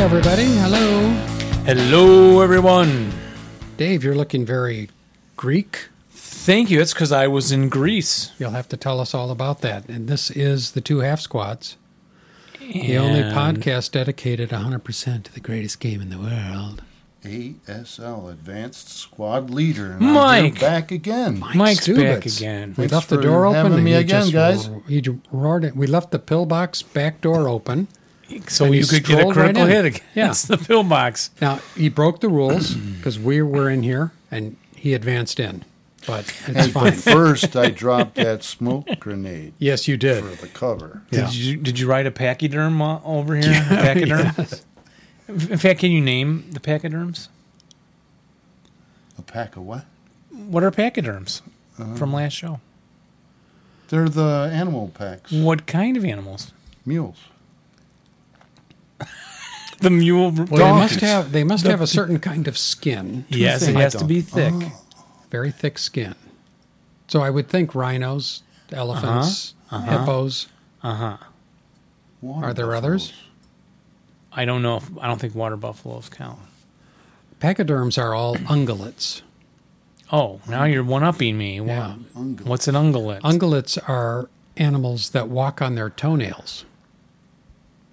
everybody. Hello. Hello, everyone. Dave, you're looking very Greek. Thank you. It's because I was in Greece. You'll have to tell us all about that. And this is the Two Half Squads, the only And- podcast dedicated 100% to the greatest game in the world. ASL Advanced Squad Leader. And Mike! I'm back again. Mike's back Stubitz. again. We Thanks left the for door open. having and me he again, just guys. ro- He j- roared it. We left the pillbox back door open. So And you you could get a strolled right critical in. hit against Yeah. the pillbox. Now, he broke the rules because we were in here and he advanced in, but it's And but fine. first, I dropped that smoke grenade Yes, you did. for the cover. Yeah. Did you did you write a pachyderm uh, over here? Pachyderm. In fact, can you name the pachyderms? A pack of what? What are pachyderms from last show? They're the animal packs. Mm. What kind of animals? Mules. The mule. Well, they donkeys. must have they must have a certain kind of skin. to Yes, it think. has to be thick. Oh, very thick skin. So I would think rhinos, elephants, Uh-huh. hippos. Water Are there others? I don't know. if I don't think water buffaloes count. Pachyderms are all ungulates. Oh, now you're one upping me. Wha- Yeah. Ungulate. What's an ungulate? Ungulates are animals that walk on their toenails.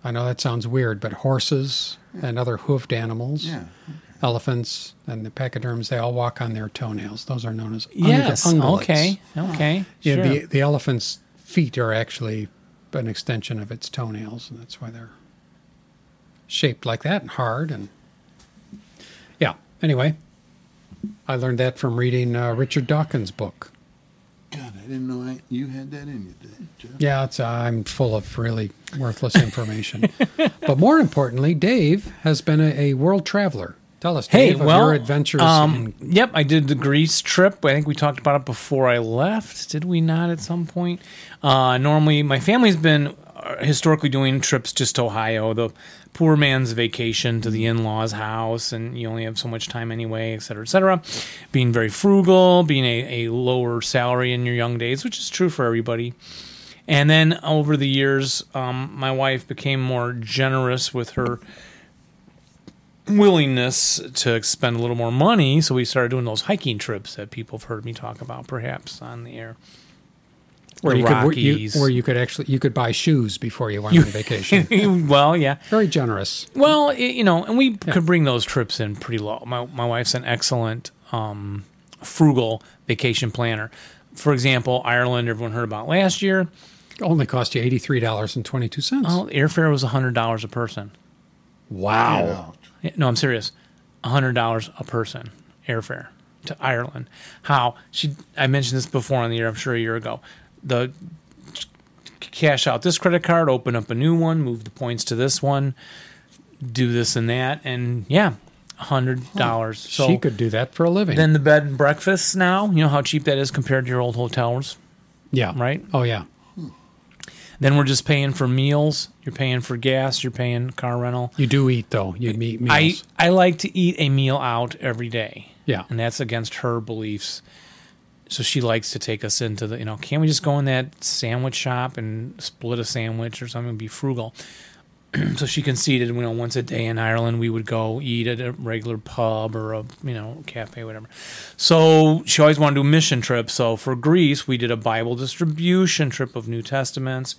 I know that sounds weird, but horses and other hoofed animals, Yeah. elephants, and the pachyderms, they all walk on their toenails. Those are known as ungu- yes. ungulates. Okay. Okay. Yeah, sure. the, the elephant's feet are actually an extension of its toenails, and that's why they're shaped like that and hard. And yeah, anyway, I learned that from reading uh, Richard Dawkins' book. God, I didn't know I, you had that in you, did you, Jeff? Yeah, it's, I'm full of really worthless information. but more importantly, Dave has been a, a world traveler. Tell us, Hey, Dave, well, of your adventures. um, yep, I did the Greece trip. I think we talked about it before I left. Did we not at some point? Uh, normally, my family's been uh, historically doing trips just to Ohio, the poor man's vacation to the in-laws' house, and you only have so much time anyway, et cetera, et cetera. Being very frugal, being a, a lower salary in your young days, which is true for everybody. And then over the years, um, my wife became more generous with her willingness to expend a little more money. So we started doing those hiking trips that people have heard me talk about, perhaps on the air. where the you could, where, you, Rockies. where you could actually you could buy shoes before you went on vacation. well, yeah. Very generous. Well, i you know, and we could bring those trips in pretty low. My my wife's an excellent, um, frugal vacation planner. For example, Ireland, everyone heard about last year. only cost you eighty three dollars and twenty two cents. Well, airfare was hundred dollars a person. wow! Ouch. Yeah, No, I'm serious. hundred dollars a person airfare to Ireland. How she? I mentioned this before on the air. I'm sure a year ago. The cash out this credit card, open up a new one, move the points to this one, do this and that, and yeah, hundred dollars. So she could do that for a living. then the bed and breakfast now. You know how cheap that is compared to your old hotels. yeah, right? Oh yeah, Then we're just paying for meals. You're paying for gas. You're paying car rental. you do eat though. You meet meals. I, I like to eat a meal out every day. Yeah. And that's against her beliefs. So she likes to take us into the, you know, can we just go in that sandwich shop and split a sandwich or something, be frugal? so she conceded, you know, once a day in Ireland, we would go eat at a regular pub or a, you know, cafe, whatever. So she always wanted to do a mission trip. So for Greece, we did a Bible distribution trip of New Testaments.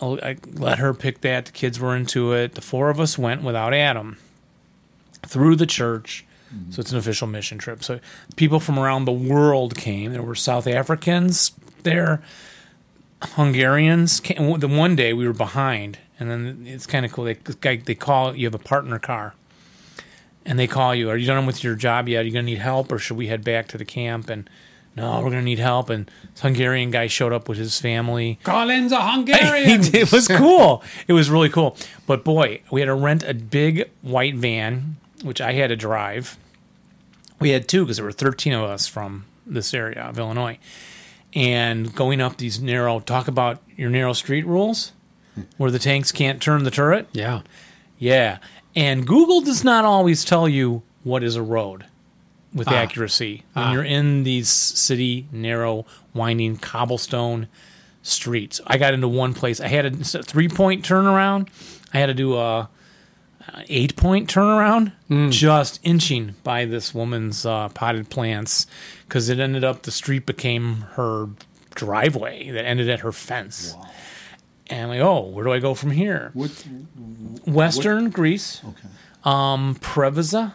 I'll- I let her pick that. The kids were into it. The four of us went without Adam through the church. So it's an official mission trip. So people from around the world came. There were South Africans there, Hungarians. Came. The one day we were behind, and then it's kind of cool. They they- they call you have a partner car, and they call you. Are you done with your job yet? Are you going to need help, or should we head back to the camp? And no, we're going to need help. And this Hungarian guy showed up with his family. Collins a He Hungarian. did- it was cool. It was really cool. But boy, we had to rent a big white van, which I had to drive. We had two because there were 13 of us from this area of Illinois. And going up these narrow, talk about your narrow street rules where the tanks can't turn the turret. yeah, Yeah. And Google does not always tell you what is a road with accuracy when you're in these city, narrow, winding cobblestone streets. I got into one place. I had a three point turnaround. I had to do a, eight point turnaround, just inching by this woman's uh, potted plants because it ended up the street became her driveway that ended at her fence. And I'm like, oh, where do I go from here? What? Western Greece, Okay. um, Preveza,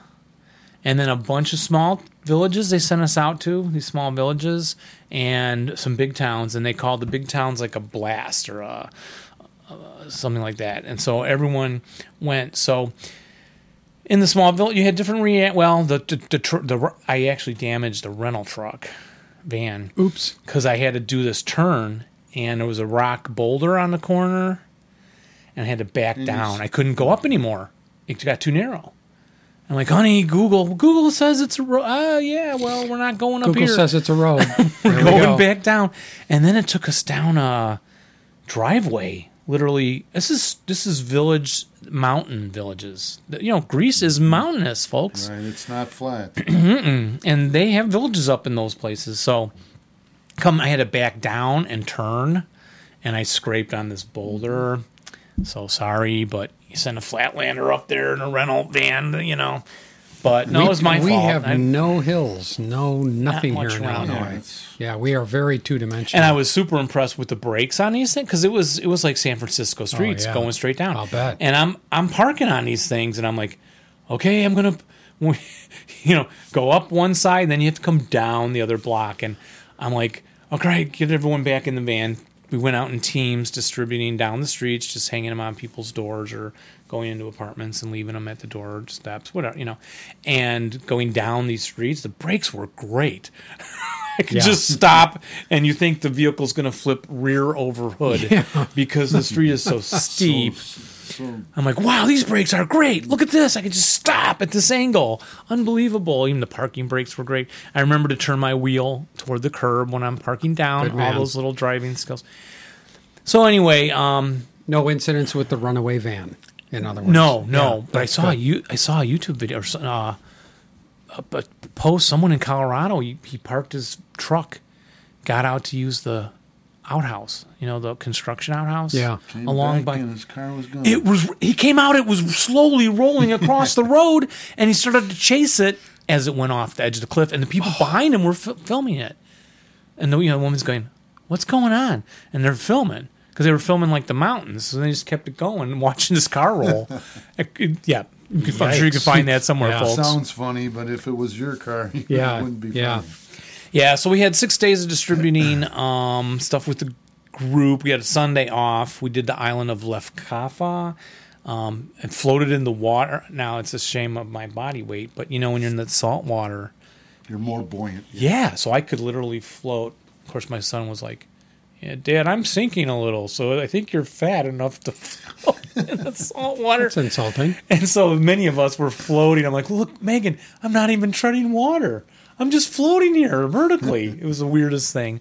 and then a bunch of small villages they sent us out to, these small villages, and some big towns. And they called the big towns like a blast or a, uh, something like that. And so everyone went. So in the small village, you had different rea Well, the, the, the, tr- the, r- I actually damaged the rental truck van Oops. because I had to do this turn and there was a rock boulder on the corner and I had to back down. I couldn't go up anymore. It got too narrow. I'm like, honey, Google. Google says it's a ro- uh, yeah. Well, we're not going up Google here. says it's a road. There we going go. back down, and then it took us down a driveway. Literally, this is this is village mountain villages. You know, Greece is mountainous, folks Right. It's not flat. and they have villages up in those places. So, come, I had to back down and turn, and I scraped on this boulder. So sorry, but you sent a flatlander up there in a rental van, you know. But no, we, it was my we fault. have I- no hills, no nothing much here in around Illinois. there. Yeah, it's- Yeah, we are very two dimensional. and I was super impressed with the brakes on these things because it was it was like San Francisco streets Oh, yeah. going straight down. I'll bet. And I'm I'm parking on these things, and I'm like, okay, I'm gonna, you know, go up one side, then you have to come down the other block, and I'm like, okay, get everyone back in the van. We went out in teams, distributing down the streets, just hanging them on people's doors or going into apartments and leaving them at the door steps, whatever, you know. And going down these streets, the brakes were great. I can Yeah. just stop and you think the vehicle's going to flip rear over hood because the street is so steep. So I'm like, wow, these brakes are great. Look at this. I can just stop at this angle. Unbelievable. Even the parking brakes were great. I remember to turn my wheel toward the curb when I'm parking down, Good all man. those little driving skills. So, anyway, um, no incidents with the runaway van. In other words, no, no. Yeah, but I that's saw good. you. I saw a YouTube video or so- uh, a, a post. Someone in Colorado, he, he parked his truck, got out to use the outhouse. You know, the construction outhouse. Yeah. came along back by. and his car was gone. It was. He came out. It was slowly rolling across the road, and he started to chase it as it went off the edge of the cliff. And the people behind him were fi- filming it. And the you know, the woman's going, "What's going on?" And they're filming because they were filming like the mountains, so they just kept it going, watching this car roll. I could- yeah, you could, I'm sure you could Yikes. find that somewhere, Yeah. folks. Sounds funny, but if it was your car, it Yeah, wouldn't be yeah. funny. Yeah, so we had six days of distributing um, stuff with the group. We had a Sunday off. We did the island of Lefkafa um, and floated in the water. Now it's a shame of my body weight, but you know when you're in the salt water, You're more buoyant. yeah. So I could literally float. Of course, my son was like, "Yeah, Dad, I'm sinking a little, so I think you're fat enough to float in the salt water." It's insulting. And so many of us were floating. I'm like, look, Megan, I'm not even treading water. I'm just floating here vertically. it was the weirdest thing.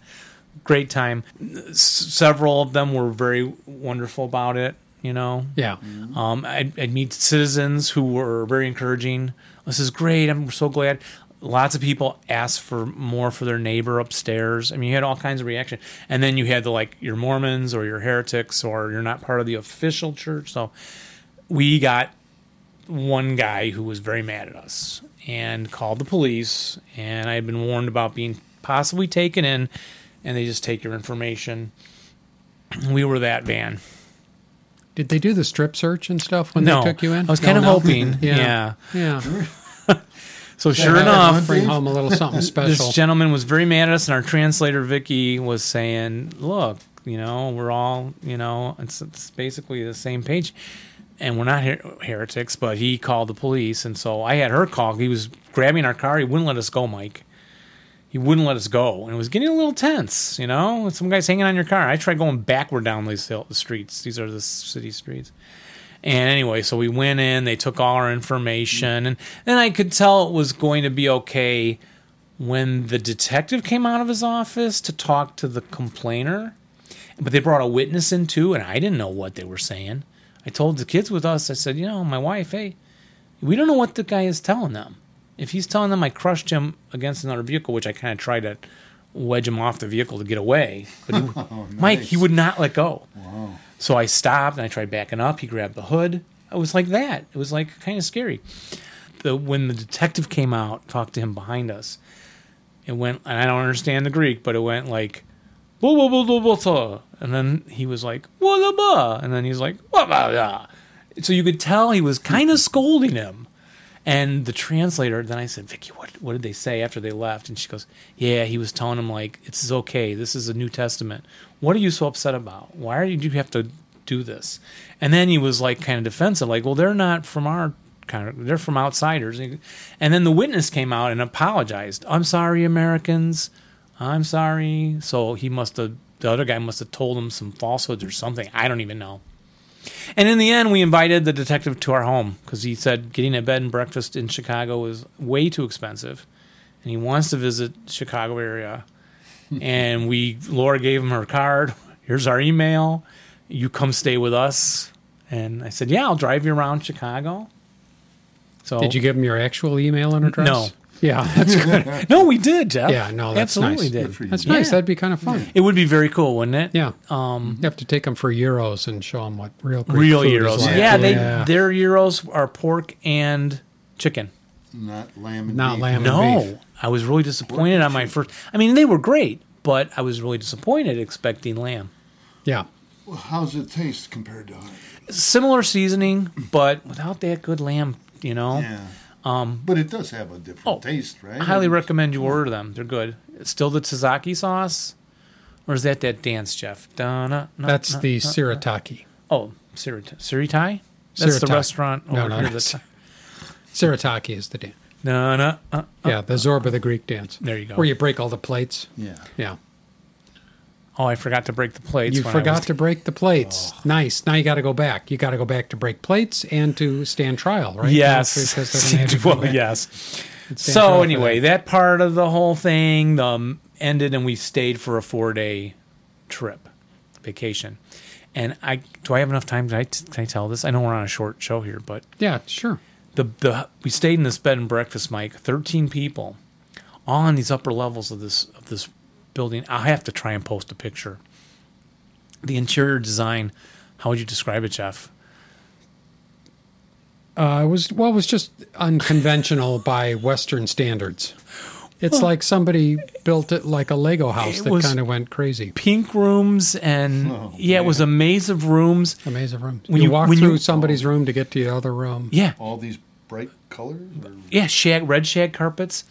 Great time. S- several of them were very wonderful about it, you know. Yeah. Um, I'd, I'd meet citizens who were very encouraging. This is great. I'm so glad. Lots of people asked for more for their neighbor upstairs. I mean, you had all kinds of reaction. And then you had the like your Mormons or your heretics or you're not part of the official church. So we got one guy who was very mad at us and called the police. And I had been warned about being possibly taken in, and they just take your information. We were that van. Did they do the strip search and stuff when no, they took you in? I was No, kind of no? hoping. yeah. Yeah. So sure Have them enough, bring home a little something special. this gentleman was very mad at us, and our translator Vicky was saying, "Look, you know, we're all, you know, it's, it's basically the same page, and we're not her- heretics." But he called the police, and so I had her call. He was grabbing our car. He wouldn't let us go, Mike. He wouldn't let us go, and it was getting a little tense. You know, some guys hanging on your car. I tried going backward down these hill, streets. These are the s- city streets. And anyway, so we went in, they took all our information, and then I could tell it was going to be okay when the detective came out of his office to talk to the complainer. But they brought a witness in too, and I didn't know what they were saying. I told the kids with us, I said, you know, my wife, hey, we don't know what the guy is telling them. If he's telling them I crushed him against another vehicle, which I kind of tried to wedge him off the vehicle to get away, but he, Mike, he would not let go. Wow. So I stopped and I tried backing up. He grabbed the hood. it was like that. It was like kind of scary. The when the detective came out, talked to him behind us. It went, and I don't understand the Greek, but it went like, "Blah, blah, blah, blah, blah, blah." and then he was like, "Blah, blah, blah," and then he's like, "Blah, blah, blah." So you could tell he was kind of scolding him. And the translator, then I said, Vicky, what, what did they say after they left? And she goes, Yeah, he was telling him, like, this is okay. This is a New Testament. What are you so upset about? Why are you, do you have to do this? And then he was, like, kind of defensive, like, Well, they're not from our kind of, they're from outsiders. And then the witness came out and apologized. I'm sorry, Americans. I'm sorry. So he must have, the other guy must have told him some falsehoods or something. I don't even know. And in the end, we invited the detective to our home because he said getting a bed and breakfast in Chicago is way too expensive, and he wants to visit Chicago area. and we, Laura gave him her card. Here's our email. You come stay with us. And I said, yeah, I'll drive you around Chicago. So Did you give him your actual email and address? No. Yeah, that's good. No, we did, Jeff. Yeah, no, that's absolutely nice. did. Good for you. That's nice. Yeah. That'd be kind of fun. It would be very cool, wouldn't it? Yeah. Um, You have to take them for euros and show them what real Greek real food is euros. like. Yeah, they Yeah. their euros are pork and chicken. Not lamb and Not beef. lamb. No, beef. I was really disappointed on my first. I mean, they were great, but I was really disappointed expecting lamb. yeah. Well, how's it taste compared to ours? Similar seasoning, but without that good lamb, you know. Yeah. Um, but it does have a different Oh, taste, right? I highly recommend you order them. They're good. It's still the tzatziki sauce, or is that that dance, Jeff? Donna, no, That's no, the no. sirataki. oh Sirit- Siritai. That's the Siratai. restaurant over No, no, here. not That's, Sir- Sirataki is the dance. no, no, uh, Yeah, the Zorba the Greek dance. There you go. Where you break all the plates. Yeah. Yeah. oh, I forgot to break the plates. you when I was- forgot to break the plates. Oh. Nice. Now you got to go back. You got to go back to break plates and to stand trial, right? Yes. Because they're gonna have you go well, back yes. and stand trial So for anyway, that. that part of the whole thing um, ended, and we stayed for a four-day trip, vacation. And I do I have enough time? Can I, can I tell this? I know we're on a short show here, but yeah, sure. the the we stayed in this bed and breakfast, Mike. Thirteen people, all on these upper levels of this of this building. I have to try and post a picture. The interior design. How would you describe it, Jeff? Uh, it was well, it was just unconventional by Western standards. It's like somebody built it like a Lego house It that was- kind of went crazy. Pink rooms and Oh, yeah, it was a maze of rooms. A maze of rooms. When you, you- walk when you- through somebody's room to get to the other room. Yeah, All these bright colors? Or? yeah, shag red shag carpets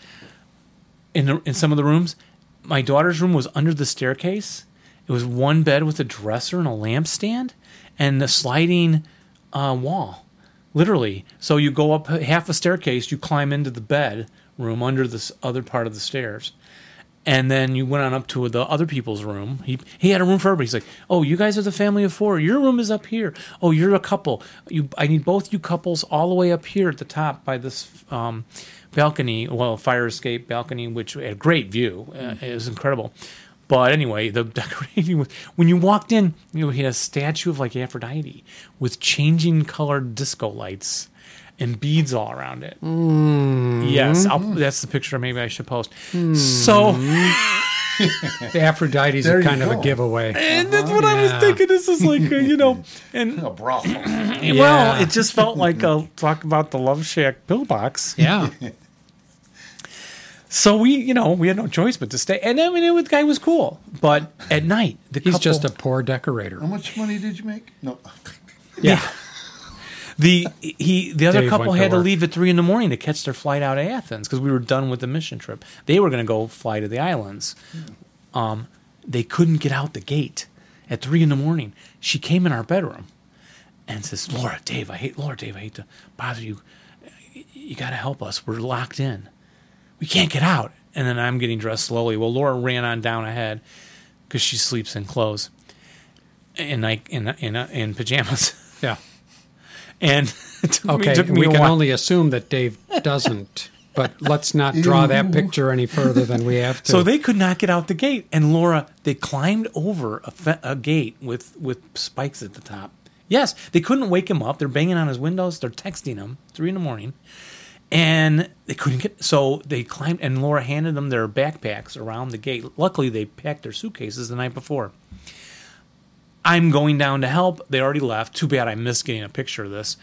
in the, in some of the rooms. My daughter's room was under the staircase. It was one bed with a dresser and a lampstand and a sliding uh, wall, literally. So you go up half a staircase, you climb into the bed room under this other part of the stairs. And then you went on up to the other people's room. He he had a room for everybody. He's like, "Oh, you guys are the family of four. Your room is up here. Oh, you're a couple. You, I need both you couples all the way up here at the top by this um, balcony, well, fire escape balcony, which had a great view. Uh, it was incredible. But anyway, the decorating was when you walked in, you know, he had a statue of like Aphrodite with changing colored disco lights and beads all around it. Yes, I'll, that's the picture. Maybe I should post. So. The Aphrodite's There a you kind of a go. giveaway. And that's what I was Yeah. thinking. This is like, a, you know, and A brothel. well, Yeah. it just felt like a talk about the Love Shack pillbox. Yeah. So we, you know, we had no choice but to stay. And I mean, it, was- the guy was cool, but at night, the He's couple, just a poor decorator. How much money did you make? No. yeah. The he the other Dave couple went to had to work. leave at three in the morning to catch their flight out of Athens because we were done with the mission trip. They were going to go fly to the islands. Um, they couldn't get out the gate at three in the morning. She came in our bedroom and says, "Laura, Dave, I hate Laura, Dave, I hate to bother you. You got to help us. We're locked in. We can't get out." And then I'm getting dressed slowly. Well, Laura ran on down ahead because she sleeps in clothes and I in in in pajamas. Yeah. And it took me, Okay. took me we a can while. only assume that Dave doesn't, but let's not draw that picture any further than we have to. So they could not get out the gate, and Laura they climbed over a, fe- a gate with with spikes at the top. Yes, they couldn't wake him up. They're banging on his windows. They're texting him three in the morning, and they couldn't get. So they climbed, and Laura handed them their backpacks around the gate. Luckily, they packed their suitcases the night before. I'm going down to help. They already left. Too bad I missed getting a picture of this.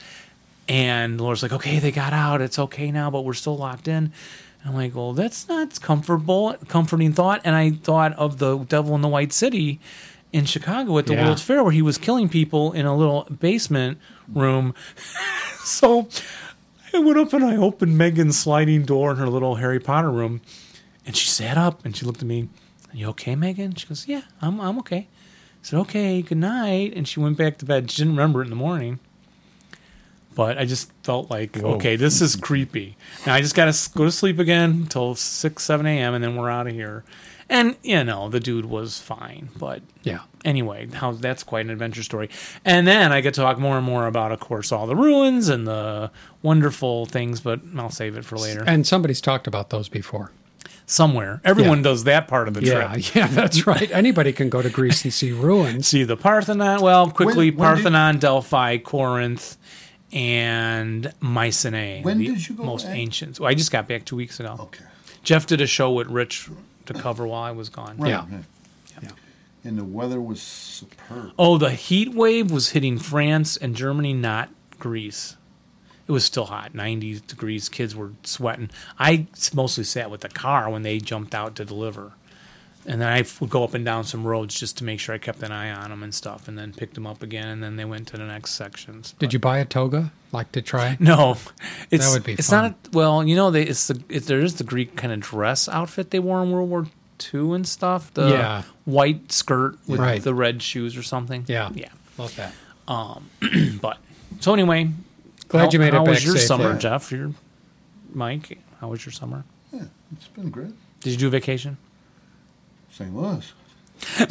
And the Lord's like, okay, they got out. It's okay now, but we're still locked in. And I'm like, well, that's not comfortable, comforting thought. And I thought of the Devil in the White City in Chicago at the Yeah. World's Fair, where he was killing people in a little basement room. so I went up and I opened Megan's sliding door in her little Harry Potter room, and she sat up and she looked at me. Are you okay, Megan? She goes, Yeah, I'm I'm okay. I said, Okay, good night. And she went back to bed. She didn't remember it in the morning. But I just felt like, Whoa. okay, this is creepy. Now I just got to go to sleep again until 6, 7 a.m., and then we're out of here. And, you know, the dude was fine. But Yeah. anyway, how that's quite an adventure story. And then I could talk more and more about, of course, all the ruins and the wonderful things, but I'll save it for later. And somebody's talked about those before. Somewhere, everyone Yeah. does that part of the Yeah, trip. yeah, that's right. Anybody can go to Greece and see ruins. See the Parthenon. Well, quickly, When- when did- Parthenon, Delphi, Corinth, and Mycenae. When the did you go Most back? ancient. Well, I just got back two weeks ago. Okay. Jeff did a show with Rich to cover while I was gone. Right, Yeah. right. Yeah. And the weather was superb. Oh, the heat wave was hitting France and Germany, not Greece. It was still hot, 90 degrees. Kids were sweating. I s- mostly sat with the car when they jumped out to deliver. And then I f- would go up and down some roads just to make sure I kept an eye on them and stuff, and then picked them up again, and then they went to the next sections. Did you buy a toga? Like to try? No, it's would be it's fun. not. A, well, you know, they, it's the it, there is the Greek kind of dress outfit they wore in World War II and stuff. The Yeah. white skirt with Right. the red shoes or something. Yeah. yeah. Love that. But so anyway, Glad how, you made how it back was your safely. summer, Jeff? Your Mike, how was your summer? Yeah, it's been great. Did you do vacation? St. Louis.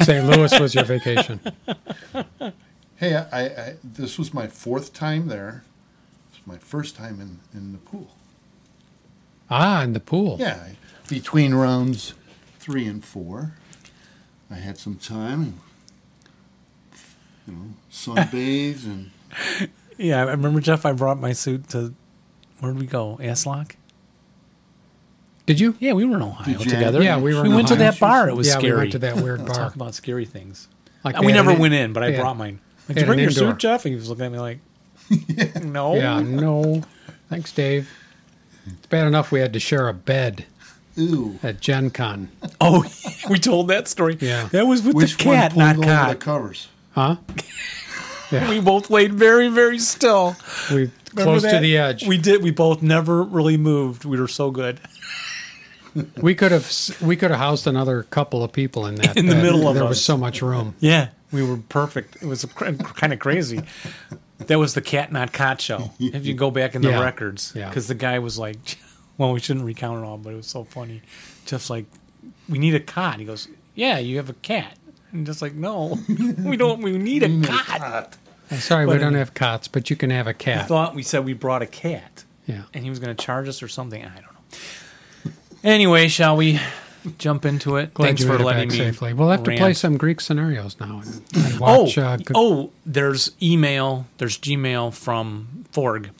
St. Louis was your vacation. Hey, I, I, I this was my fourth time there. It's my first time in, in the pool. Ah, in the pool. Yeah, I- between rounds three and four, I had some time and you know sunbathes and Yeah, I remember Jeff. I brought my suit to where did we go? Aslock. Did you? Yeah, we were in Ohio Did you- together. Yeah, we were. We in went to Ohio. that bar. It was yeah, scary. We went to that weird bar. Talk about scary things. Like Uh, we they had never an- went in, but I yeah. brought mine. Like, They did you had bring an your indoor. suit, Jeff? And he was looking at me like, no. Yeah, no. Thanks, Dave. It's bad enough we had to share a bed ooh. at Gen Con. Oh, we told that story. Yeah. That was with Which the cat, one not pulled over the cock. covers? Huh? Yeah. We both laid very, very still. We Remember close to that? the edge. We did. We both never really moved. We were so good. We could have s- we could have housed another couple of people in that In the bed. middle of there us. was so much room. Yeah, we were perfect. It was kind of crazy. That was the cat not cot show. If you go back in the Yeah. records, Yeah. because the guy was like, "Well, we shouldn't recount it all," but it was so funny. Just like, we need a cot. He goes, "Yeah, you have a cat." And just like, no, we don't. We need a cot. I'm sorry, we But don't anyway. have cots, but you can have a I cat. thought we said we brought a cat, Yeah. and he was going to charge us or something. I don't know. Anyway, shall we jump into it? Glad Thanks you for made it letting back me. safely. We'll have to play rant. some Greek scenarios now and, and watch. oh, uh, Go- oh, there's email, there's Gmail from Forg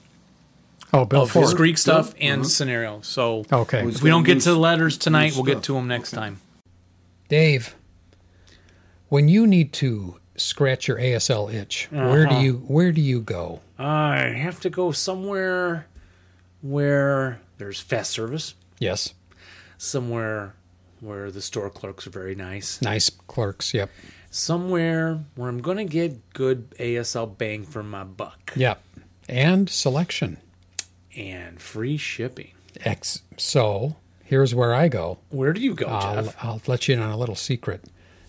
oh, Bill of his Ford. Greek stuff and scenario. So Okay. Was- if we don't get to the letters tonight, New we'll stuff. get to them next time. Dave, when you need to scratch your ASL itch, where Uh-huh. do you where do you go? I have to go somewhere where there's fast service, Yes. somewhere where the store clerks are very nice, Nice clerks. Yep. somewhere where I'm going to get good ASL bang for my buck Yep. And selection. and free shipping. X. So here's where I go. Where do you go, I'll, Jeff? I'll let you in on a little secret.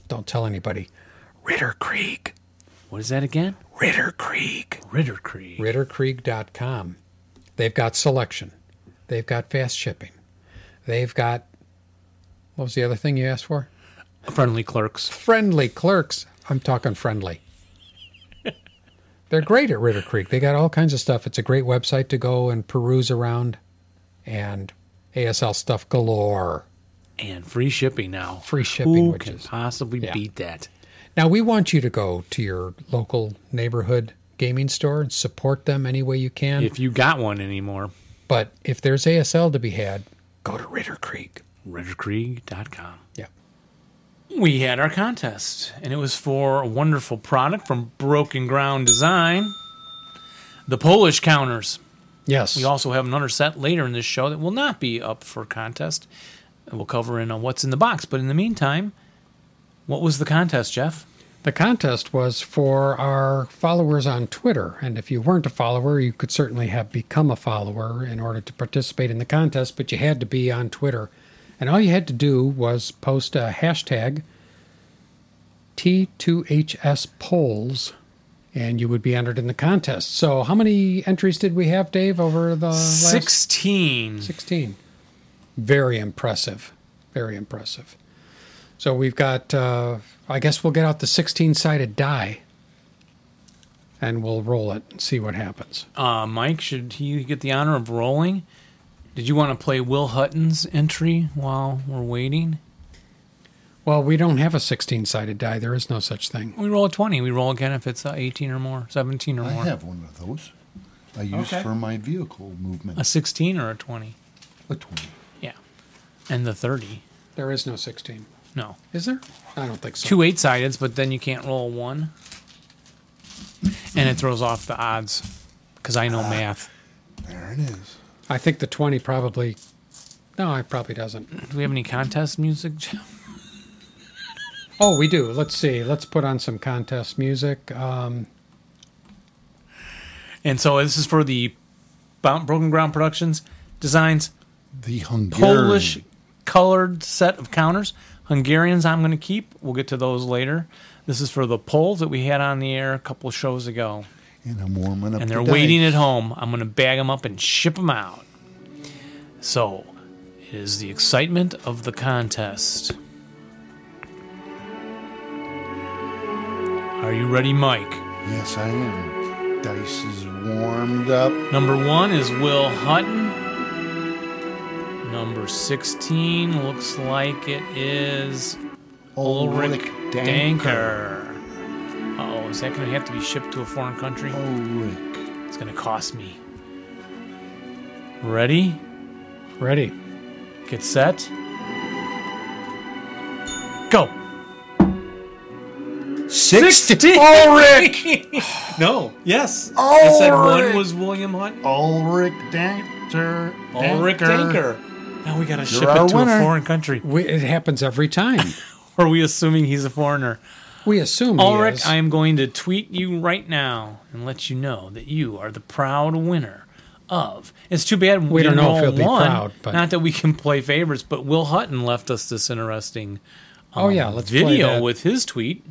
Don't tell anybody. Ritter Creek. What is that again? Ritter Creek. Ritter Creek. RitterCreek.com. They've got selection. They've got fast shipping. They've got what was the other thing you asked for? Friendly clerks. friendly clerks. I'm talking friendly. They're great at Ritter Creek. They got all kinds of stuff. It's a great website to go and peruse around and ASL stuff galore. and free shipping now. Free shipping, Who which can is- possibly yeah. beat that? Now, we want you to go to your local neighborhood gaming store and support them any way you can. If you got one anymore, but if there's ASL to be had, go to Ritter Creek. RedderCreek.com. Yeah. We had our contest, and it was for a wonderful product from Broken Ground Design. The Polish counters. Yes. We also have another set later in this show that will not be up for contest. And We'll cover in on what's in the box. But in the meantime, what was the contest, Jeff? The contest was for our followers on Twitter. And if you weren't a follower, you could certainly have become a follower in order to participate in the contest, but you had to be on Twitter. And all you had to do was post a hashtag T2HS polls, and you would be entered in the contest. So, how many entries did we have, Dave, over Uh, the last 16. 16. Very impressive. Very impressive. So we've got, uh, I guess we'll get out the 16 sided die and we'll roll it and see what happens. Uh, Mike, should he get the honor of rolling? Did you want to play Will Hutton's entry while we're waiting? Well, we don't have a 16 sided die. There is no such thing. We roll a 20. We roll again if it's uh, 18 or more, 17 or I more. have one of those. I use Okay. for my vehicle movement. A 16 or a 20. A 20. Yeah. And the 30. There is no 16. No. Is there? I don't think so. Two eight sideds, but then you can't roll a one. And it throws off the odds because I know math. There it is. I think the 20 probably. No, it probably doesn't. Do we have any contest music? Jeff? Oh, we do. Let's see. Let's put on some contest music. Um, And so this is for the Bo- Broken Ground Productions Designs The Hungarian. Polish colored set of counters. Hungarians, I'm going to keep. We'll get to those later. This is for the polls that we had on the air a couple shows ago. And I'm warming up. and the they're waiting dice. at home. I'm going to bag them up and ship them out. So, it is the excitement of the contest. Are you ready, Mike? Yes, I am. Dice is warmed up. Number one is Will Hutton. Number 16 looks like it is Ulrich Danker. Uh oh, is that going to have to be shipped to a foreign country? Ulrich. It's going to cost me. Ready? ready. Get set. Go. 60. Ulrich. No. Yes. I said one was William Hunt. Ulrich Danker. Ulrich Tinker. Now we gotta ship our it to winner. a foreign country. We, it happens every time. Are we assuming he's a foreigner? we assume. he Ulrich, is. I am going to tweet you right now and let you know that you are the proud winner of. It's too bad we, don't didn't know if roll he'll be one. proud, but- Not that we can play favorites, but Will Hutton left us this interesting um, Oh, yeah. Let's play video that. with his tweet.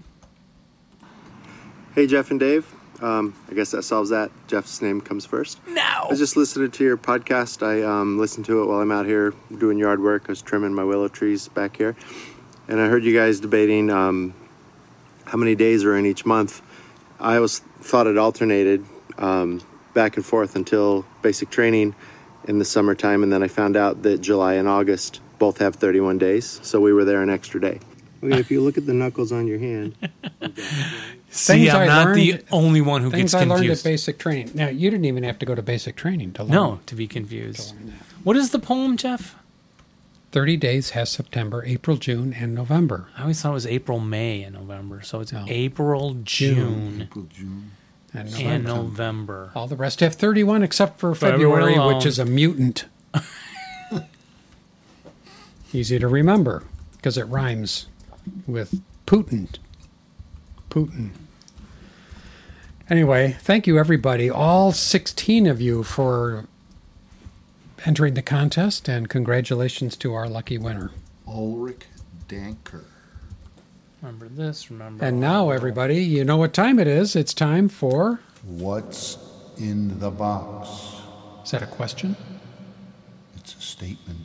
Hey, Jeff and Dave. Um, I guess that solves that. Jeff's name comes first. Now. I was just listening to your podcast. I um, listened to it while I'm out here doing yard work. I was trimming my willow trees back here. And I heard you guys debating um, how many days are in each month. I always thought it alternated um, back and forth until basic training in the summertime. And then I found out that July and August both have 31 days. So we were there an extra day. Okay, if you look at the knuckles on your hand, See, Things I'm I not the learned- only one who Things gets I learned at confused. basic training. Now you didn't even have to go to basic training to learn. No, to be confused. What is the poem, Jeff? thirty days has September, April, June, and November. I always thought it was April, May, and November. So it's No. April, June, April, June. And November. and November. All the rest have thirty-one except for everyone February, alone. which is a mutant. Easy to remember because it rhymes with Putin. Putin. Anyway, thank you everybody, all sixteen of you for entering the contest, and congratulations to our lucky winner. Ulrich Danker. Remember this, remember. And now, everybody, you know what time it is. It's time for. What's in the box? Is that a question? It's a statement.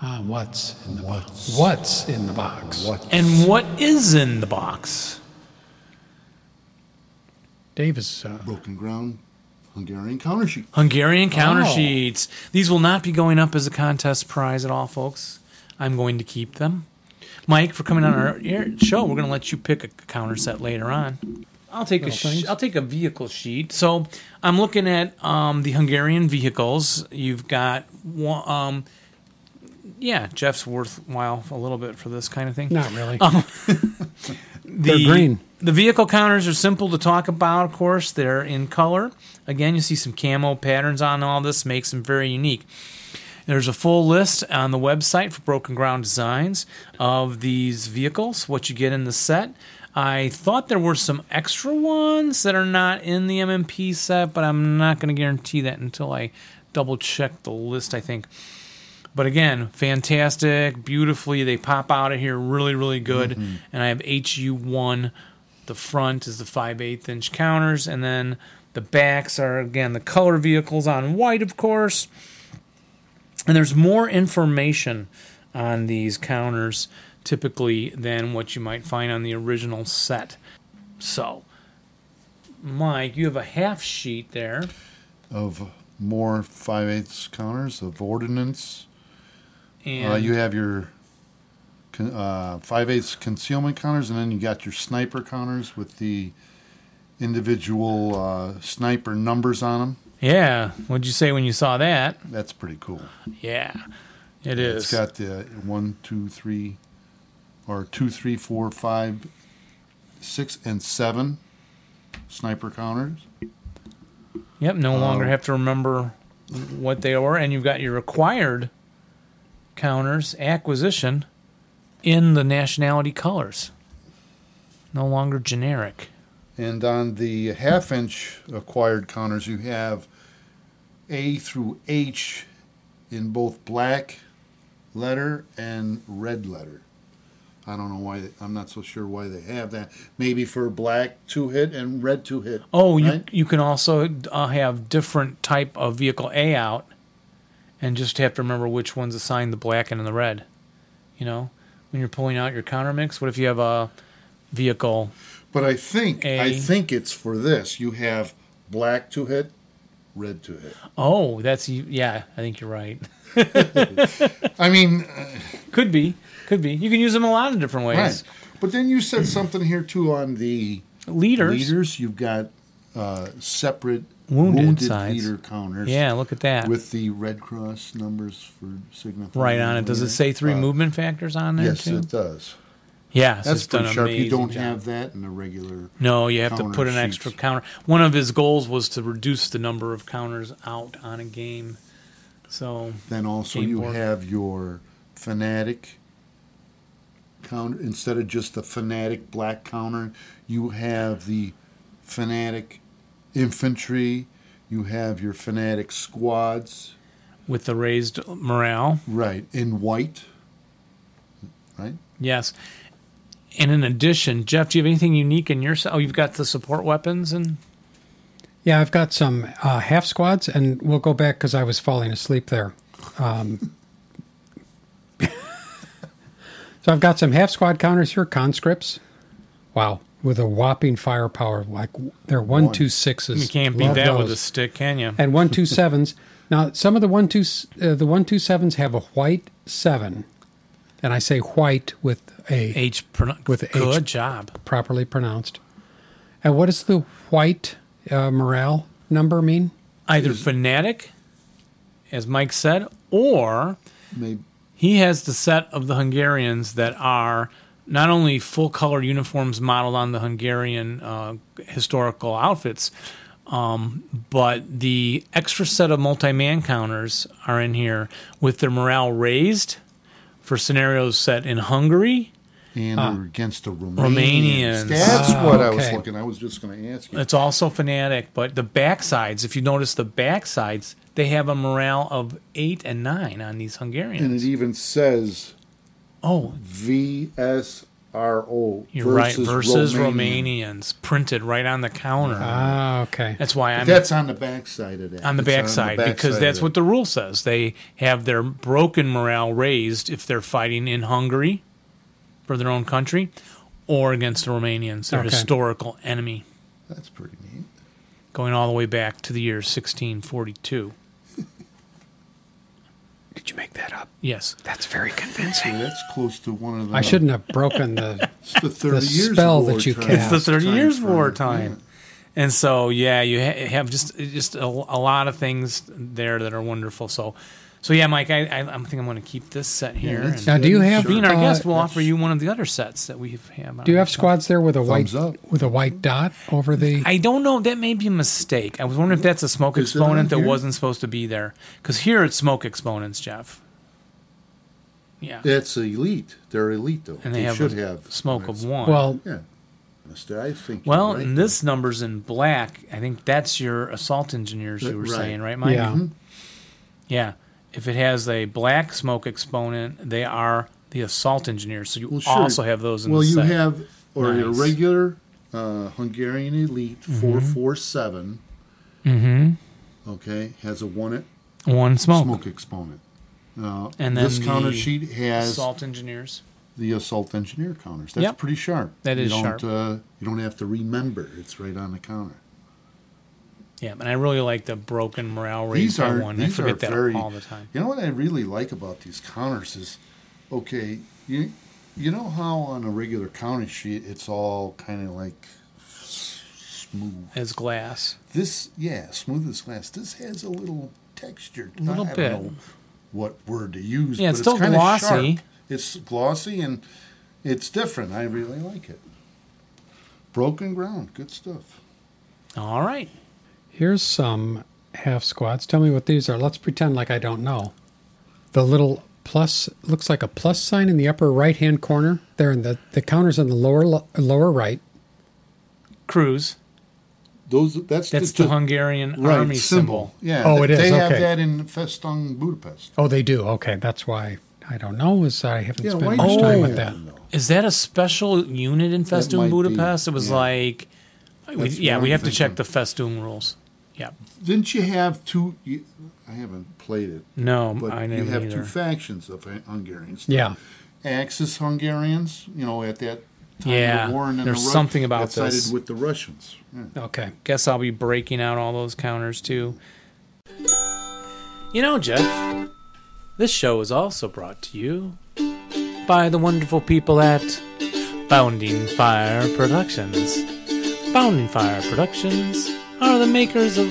Ah, what's in the What's box? What's in the box? What's And what is in the box? Dave is. Uh, broken ground? Hungarian counter sheet. Hungarian counter Oh. sheets. These will not be going up as a contest prize at all, folks. I'm going to keep them. Mike, for coming on our air- show, we're going to let you pick a counter set later on. I'll take a Little sh- things. I'll take a vehicle sheet. So I'm looking at um, the Hungarian vehicles. You've got one. Um, yeah, Jeff's worthwhile a little bit for this kind of thing. not really. Um, They're green. The vehicle counters are simple to talk about, of course. They're in color. Again, you see some camo patterns on all this, makes them very unique. There's a full list on the website for Broken Ground Designs of these vehicles, what you get in the set. I thought there were some extra ones that are not in the MMP set, but I'm not going to guarantee that until I double check the list, I think. But again, fantastic, beautifully. They pop out of here really, really good. Mm-hmm. And I have HU1. The front is the 5 8 inch counters. And then the backs are, again, the color vehicles on white, of course. And there's more information on these counters typically than what you might find on the original set. So, Mike, you have a half sheet there. of more five eighths counters of ordnance. And Uh, you have your con- uh, five eighths concealment counters, and then you got your sniper counters with the individual uh, sniper numbers on them. yeah, what'd you say when you saw that? That's pretty cool. Yeah, it It's is. got the uh, one, two, three, or two, three, four, five, six, and seven sniper counters. yep, um, no longer have to remember what they were, and you've got your acquired counters acquisition in the nationality colors. No longer generic. And on the half inch acquired counters, you have A through H in both black letter and red letter. I don't know why, I'm not so sure why they have that. Maybe for black two hit and red two hit. Oh, you right? you can also uh, have different type of vehicle A out, and just have to remember which one's assigned the black and the red. You know, when you're pulling out your counter mix, what if you have a vehicle? But I think, I A. think it's for this. You have black two hit, red two hit. Oh, that's yeah. I think you're right. I mean, uh, Could be, could be. You can use them a lot of different right. ways. But then you said something here too on the Leaders, leaders. You've got uh, separate Wounded wounded, sides. leader counters. yeah. Look at that. With the Red Cross numbers for signifying. right on it. Does it say three Uh, movement factors on there Yes, too? it does. yeah, it's That's just pretty an sharp. You amazing don't job. have that in the regular. No, you have to counter put an sheets. extra counter. One of his goals was to reduce the number of counters out on a game. So, Then also Game you board. have your fanatic counter instead of just the fanatic black counter. You have the fanatic infantry. You have your fanatic squads. with the raised morale, Right in white. Right. yes. And in addition, Jeff, do you have anything unique in your? se- Oh, you've got the support weapons and Yeah, I've got some uh, half squads, and we'll go back because I was falling asleep there. Um, so I've got some half squad counters here, conscripts. Wow, with a whopping firepower like they're one One. two sixes. you can't beat Love that with a those. stick, can you? and one two sevens. Now, some of the one two s- uh, the one two sevens have a white seven, and I say white with a H pro- With H. good job. properly pronounced. And what does the white uh, morale number mean? Either fanatic, as Mike said, or Maybe. he has the set of the Hungarians that are not only full color uniforms modeled on the Hungarian uh, historical outfits, um, but the extra set of multi man counters are in here with their morale raised for scenarios set in Hungary. And we're against the Romanians. Romanians. Ah, That's what I was okay. looking. I was just going to ask you. It's also fanatic, but the backsides, if you notice the backsides, they have a morale of eight and nine on these and Hungarians. it even says Oh, VSRO you're right. Versus Romanians, printed right on the counter. Ah, okay. That's why I'm That's on the backside of that. on the It's backside backside because of that's that. what the rule says. They have their broken morale raised if they're fighting in Hungary for their own country or against the Romanians, their Okay. historical enemy, That's pretty neat. going all the way back to the year 1642. Did you make that up? Yes. That's very So convincing. that's close to one of the. I shouldn't have broken the. It's the Thirty Years spell War that you time- cast. It's the 30 Years frame. War time. And so, yeah, you ha- have just just a, a lot of things there that are wonderful. So, So yeah, Mike, I, I, I think I'm going to keep this set here. and that's Now, do you have Sure. being our uh, guest, we'll that's- offer you one of the other sets that we have. have Do you on have the squads there with a white Thumbs up. with a white dot over the? I don't know. That may be a mistake. I was wondering if that's a smoke Is it on exponent that here? wasn't supposed to be there. Because here it's smoke exponents, Jeff. Yeah. That's elite. They're elite though. and they, have, should a have smoke of one. well, Yeah, Mister. I think. you're well, right. and this number's in black. I think that's your assault engineers you Uh, were right. Mm-hmm. saying, right, Mike? yeah. Yeah. If it has a black smoke exponent, they are the assault engineers. So you Well, sure. also have those in Well, the you set. have or your Nice. Mm-hmm. regular uh, Hungarian elite four four seven. Okay, has a one one smoke. smoke exponent. Now, Oh. And this then counter the sheet has Assault engineers. the assault engineer counters. That's Yep. pretty sharp. That is you don't, sharp. Uh, you don't have to remember; it's right on the counter. Yeah, and I really like the broken morale rate These by are one. I these are forget that very. all the time. You know what I really like about these counters is, okay, you you know how on a regular counter sheet it's all kind of like smooth. As glass. This, yeah, smooth as glass. This has a little texture. A Little I bit. Don't know what word to use? Yeah, but it's still kinda glossy. sharp. It's glossy and it's different. I really like it. Broken ground, good stuff. All right. Here's some half squats. Tell me what these are. Let's pretend like I don't know. The little plus looks like a plus sign in the upper right hand corner. There, and the the counters in the lower lo- lower right. Cruise. Those that's That's the Hungarian right army symbol. Yeah. Oh, th- it is, They have okay. that in Festung Budapest. Oh, they do. Okay, that's why I don't know. Is I haven't Yeah, why spent do much you time do with that. though? Is that a special unit in might Festoon be, Budapest? it was yeah. like, we, That's yeah, what we I'm have to check the thinking. Festoon rules. Yeah. Didn't you have two? You, I haven't played it, No, but I you didn't have either. two factions of Hun- Hungarians. Yeah. Axis Hungarians, you know, at that time of Yeah, the war, and then there's the Ru- something about that sided this. with the Russians. Yeah. Okay. Guess I'll be breaking out all those counters too. You know, Jeff, this show is also brought to you by the wonderful people at Bounding Fire Productions. Bounding Fire Productions are the makers of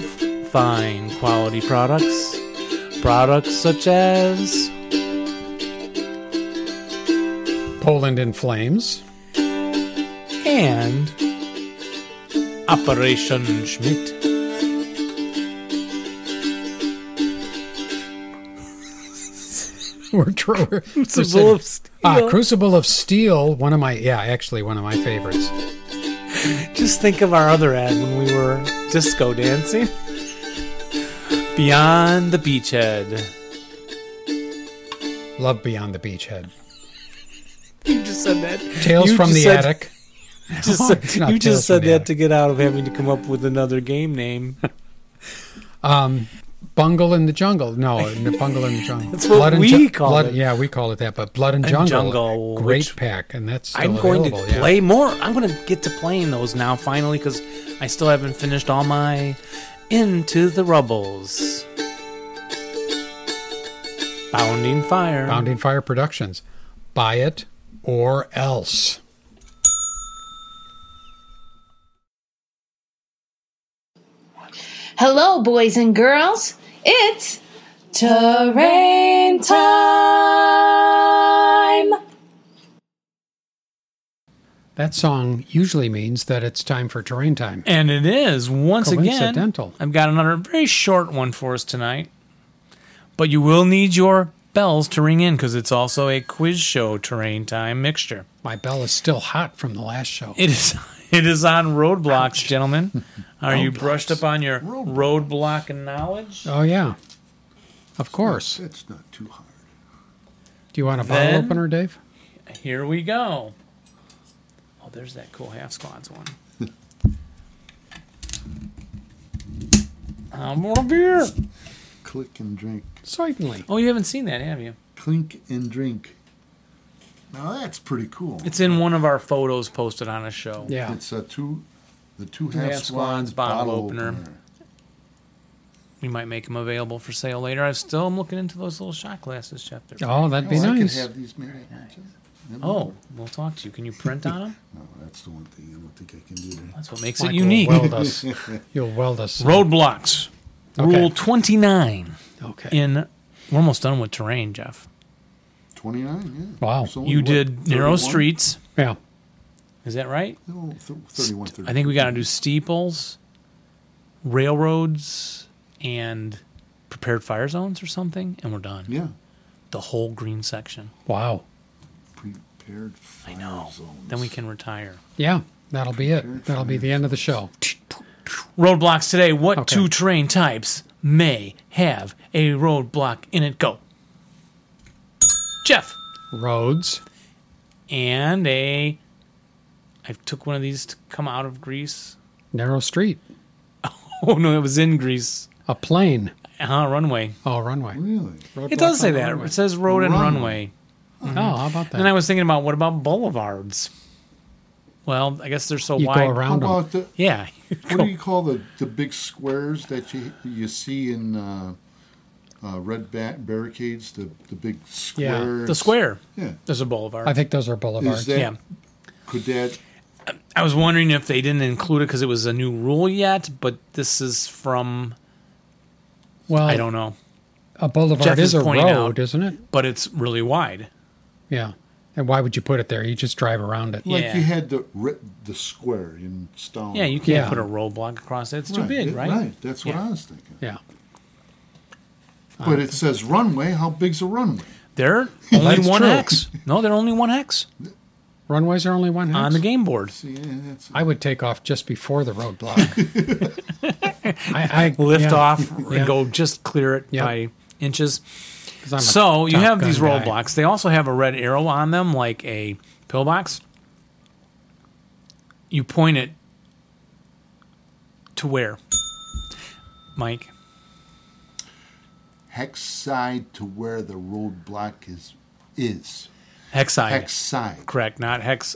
fine quality products. Products such as Poland in flames. and Operation Schmidt. We're true. Crucible of Ah, Steel. Crucible of Steel. One of my yeah, actually one of my favorites. Just think of our other ad when we were disco dancing. Beyond the beachhead. Love Beyond the Beachhead. You just said that. Tales You from just the said- attic. just No, said- it's not you Tales just said from the that Attic. to get out of having to come up with another game name. Bungle in the jungle. No, n- bungle in the jungle. That's what and we Jun- call Blood- it. Yeah, we call it that. But blood and And jungle, Jungle, great which- pack, and that's still I'm going to available, yeah. play more. I'm going to get to playing those now finally because I still haven't finished all my Into the Rubbles. Bounding Fire. Bounding Fire Productions. Buy it or else. Hello, boys and girls. It's terrain time. That song usually means that it's time for terrain time. And it is once again. Coincidental. I've got another very short one for us tonight, but you will need your bells to ring in because it's also a quiz show terrain time mixture. My bell is still hot from the last show. It is it is on roadblocks, gentlemen. Are you brushed up on your roadblock knowledge? oh yeah, of course. That's not too hard. Do you want a bottle Then- opener, Dave? Here we go. Oh, there's that cool half squads one. I want a beer. Click and drink. Certainly. Oh, you haven't seen that, have you? Clink and drink. Now that's pretty cool. It's in one of our photos posted on a show. Yeah. It's a two, the two half half, squads squads bottle bottle, opener. opener. We might make them available for sale later. I still am looking into those little shot glasses, Jeff. They're- Oh, that'd be Oh, I could nice. have these made. I want to. That'd be Oh, cool. we'll talk to you. Can you print on them? no, that's the one thing I don't think I can do. There. That's what makes it Michael, unique. Weld us. You'll weld us. Roadblocks. Okay. Rule 29 Okay. in We're almost done with terrain, Jeff. 29, yeah. Wow. So You what, did narrow 31? streets. Yeah. Is that right? No, th- 31, 30. I think we got to do steeples, railroads, and prepared fire zones or something, and we're done. Yeah. The whole green section. Wow. Prepared fire I know. zones. Then we can retire. Yeah. That'll be it. That'll be the end of the show. Roadblocks today. What Okay. two terrain types may have a roadblock in it? Go. Jeff. Roads. And a. I took one of these to come out of Greece. Narrow street. Oh, no, it was in Greece. A plane. Uh, runway. Oh, runway. Really? It does Roadblock say on that. runway. It says road and Runway. runway. Oh, how about that? And then I was thinking about what about boulevards? Well, I guess they're so you wide. go How around them. about the, Yeah. what do you call the, the big squares that you you see in uh, uh, red ba- barricades? The the big Yeah, square. the square. Yeah. There's a boulevard. I think those are boulevards. Is that, Yeah. Could that? I was wondering if they didn't include it because it was a new rule yet, but this is from well, I don't know, A boulevard Jeff is, is a road, pointing out- isn't it? but it's really wide. Yeah. And why would you put it there? You just drive around it. Like Yeah. you had the ri- the square in stone. Yeah, you can't Yeah. put a roadblock across it. It's Right, too big, it- right? Right. That's what Yeah. I was thinking. Yeah. But it says runway. How big's a runway? They're only That's one true. hex. No, they're only one hex Runways are only one hex. on the game board. See, yeah, that's I would take off just before the roadblock. I, I Lift yeah, off Yeah. and go just clear it Yep. by inches. 'cause I'm a So you Top have these Gun guy. roadblocks. They also have a red arrow on them, like a pillbox. You point it to where, Mike? hex side to where the roadblock is is Hex side. hex side. Correct. Not hex,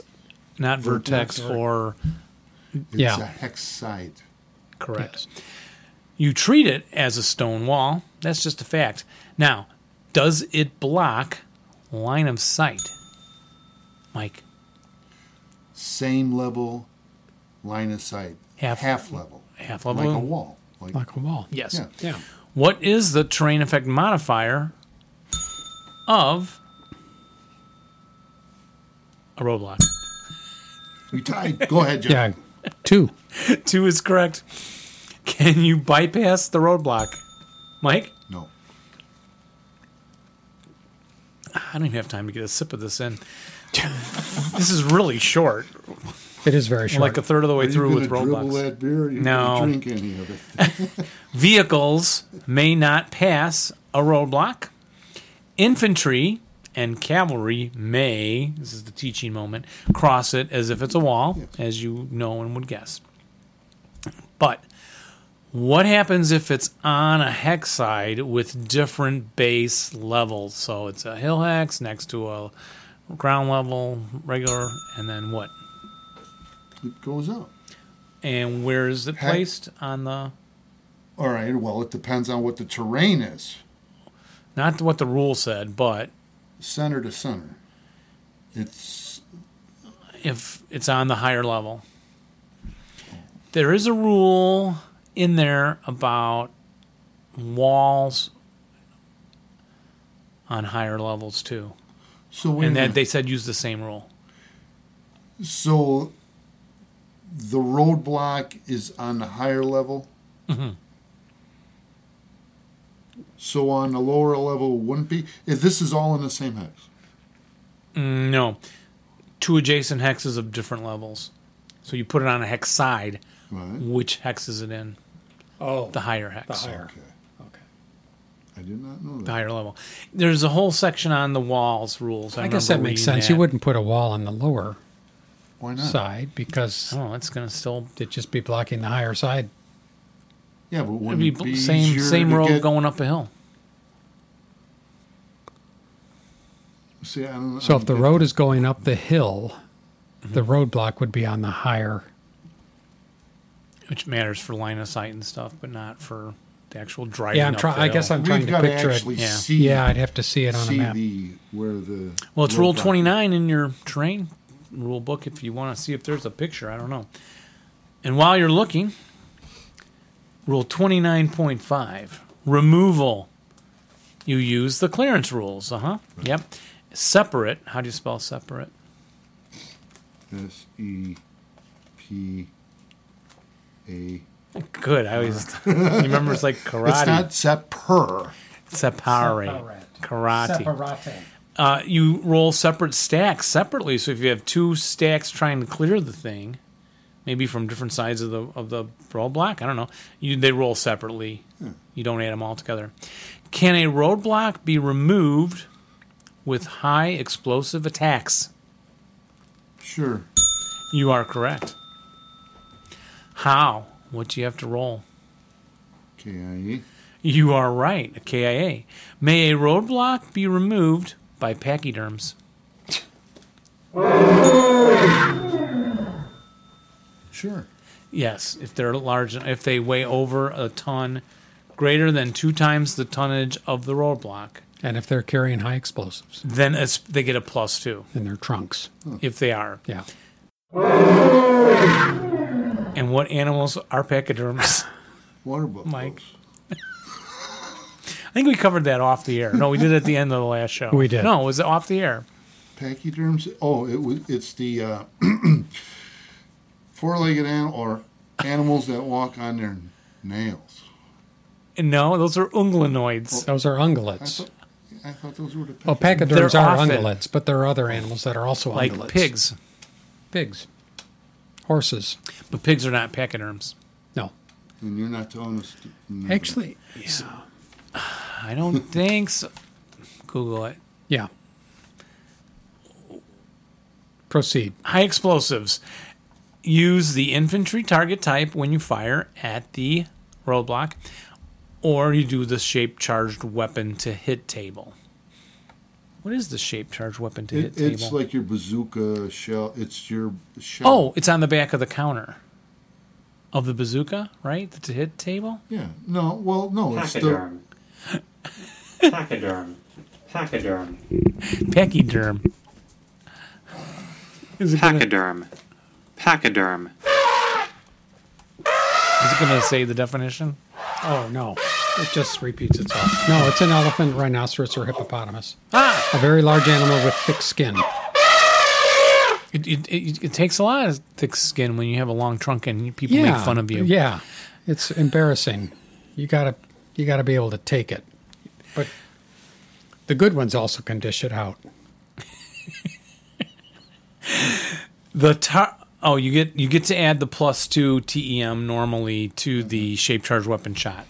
not vertex, Vertex or It's Yeah. a hex side. correct. You treat it as a stone wall. That's just a fact. Now, does it block line of sight, Mike? Same level, line of sight. Half- half level. Half Like level. a wall. Like, Like a wall. Yes. yeah. Yeah. What is the terrain effect modifier of a roadblock? You tied. Go ahead, Jeff. Yeah. Two. Two is correct. Can you bypass the roadblock? Mike? No. I don't even have time to get a sip of this in. this is really short. It is very short. Like a third of the way Are you through gonna with dribble roadblocks. that beer? Are you No. gonna drink any of it? Vehicles may not pass a roadblock. Infantry and cavalry may, this is the teaching moment, cross it as if it's a wall, as you know and would guess. But what happens if it's on a hex side with different base levels? So it's a hill hex next to a ground level, regular, and then what? it goes up. And where is it Hex. placed on the All right. Well, it depends on what the terrain is. not what the rule said, but Center to center. It's if it's on the higher level. There is a rule in there about walls on higher levels too. so. Wait a And that minute. they said use the same rule. So the roadblock is on the higher level. So on the lower level wouldn't be. If this is all in the same hex. Mm, No. Two adjacent hexes of different levels. So you put it on a hex side. Right. Which hex is it in? oh, The higher hex. the higher. Okay. Okay. I did not know The that. higher level. There's a whole section on the walls rules. I, I guess that remember makes reading sense. That. You wouldn't put a wall on the lower Why not? side because Oh, it's gonna still it'd just be blocking the higher side. Yeah, but wouldn't It'd it be be same easier same to road get- going up a hill. See, I don't, So I if the don't road is going up the hill, the roadblock would be on the higher. which matters for line of sight and stuff, but not for the actual driving. Yeah, I'm up try- the I hill. guess I'm get- trying We've to got to picture actually it. Yeah. see. Yeah, I'd have to see it on a see map. the where the. Well, it's Rule roadblock- 29 in your terrain rule book if you want to see if there's a picture. I don't know. And while you're looking, Rule 29.5 removal You use the clearance rules. Uh huh. Yep. Separate. How do you spell separate? S E P A. Good. I always you remember it's like karate. It's not separ. separate. Karate. Separate. Uh, you roll separate stacks separately. So if you have two stacks trying to clear the thing, maybe from different sides of the of the roadblock, I don't know. You, they roll separately. You don't add them all together. Can a roadblock be removed with high explosive attacks? Sure. You are correct. How? What do you have to roll? K I E. You are right, a KIA. May a roadblock be removed by pachyderms. Sure. Yes, if they're large, if they weigh over a ton, greater than two times the tonnage of the roadblock, And if they're carrying high explosives then it's, they get a plus two in their trunks, if they are. yeah, And what animals are pachyderms? Water buffaloes. Mike. I think we covered that off the air. No, we did it at the end of the last show. We did. No, it was off the air. Pachyderms. Oh, it was. It's the uh, four-legged animal or animals that walk on their nails. And no, those are unglinoids. those are I ungulates. thought, I thought those were the Oh, Well, pachyderms. pachyderms They're are often- ungulates, but there are other animals that are also like ungulates. pigs. pigs, horses. But pigs are not pachyderms. No, and you're not telling us. to- no. actually, yeah, I don't think so. Google it. yeah. Proceed. High explosives. Use the infantry target type when you fire at the roadblock, or you do the shape charged weapon to hit table. What is the shape charged weapon to hit It, table? it's like your bazooka shell. It's your shell. oh, it's on the back of the counter of the bazooka, right? The to hit table? yeah. No, well, no, it's the Pachyderm. Pachyderm. Pachyderm. Pachyderm. Is it going Pachyderm. Pachyderm. to say the definition? Oh no, it just repeats itself. No, it's an elephant, rhinoceros, or hippopotamus. Ah! A very large animal with thick skin. It, it, it, it takes a lot of thick skin when you have a long trunk and people Yeah, make fun of you. Yeah, it's embarrassing. You gotta, you gotta be able to take it. But the good ones also can dish it out. The tar- oh, you get you get to add the plus two TEM normally to the shape charge weapon shot.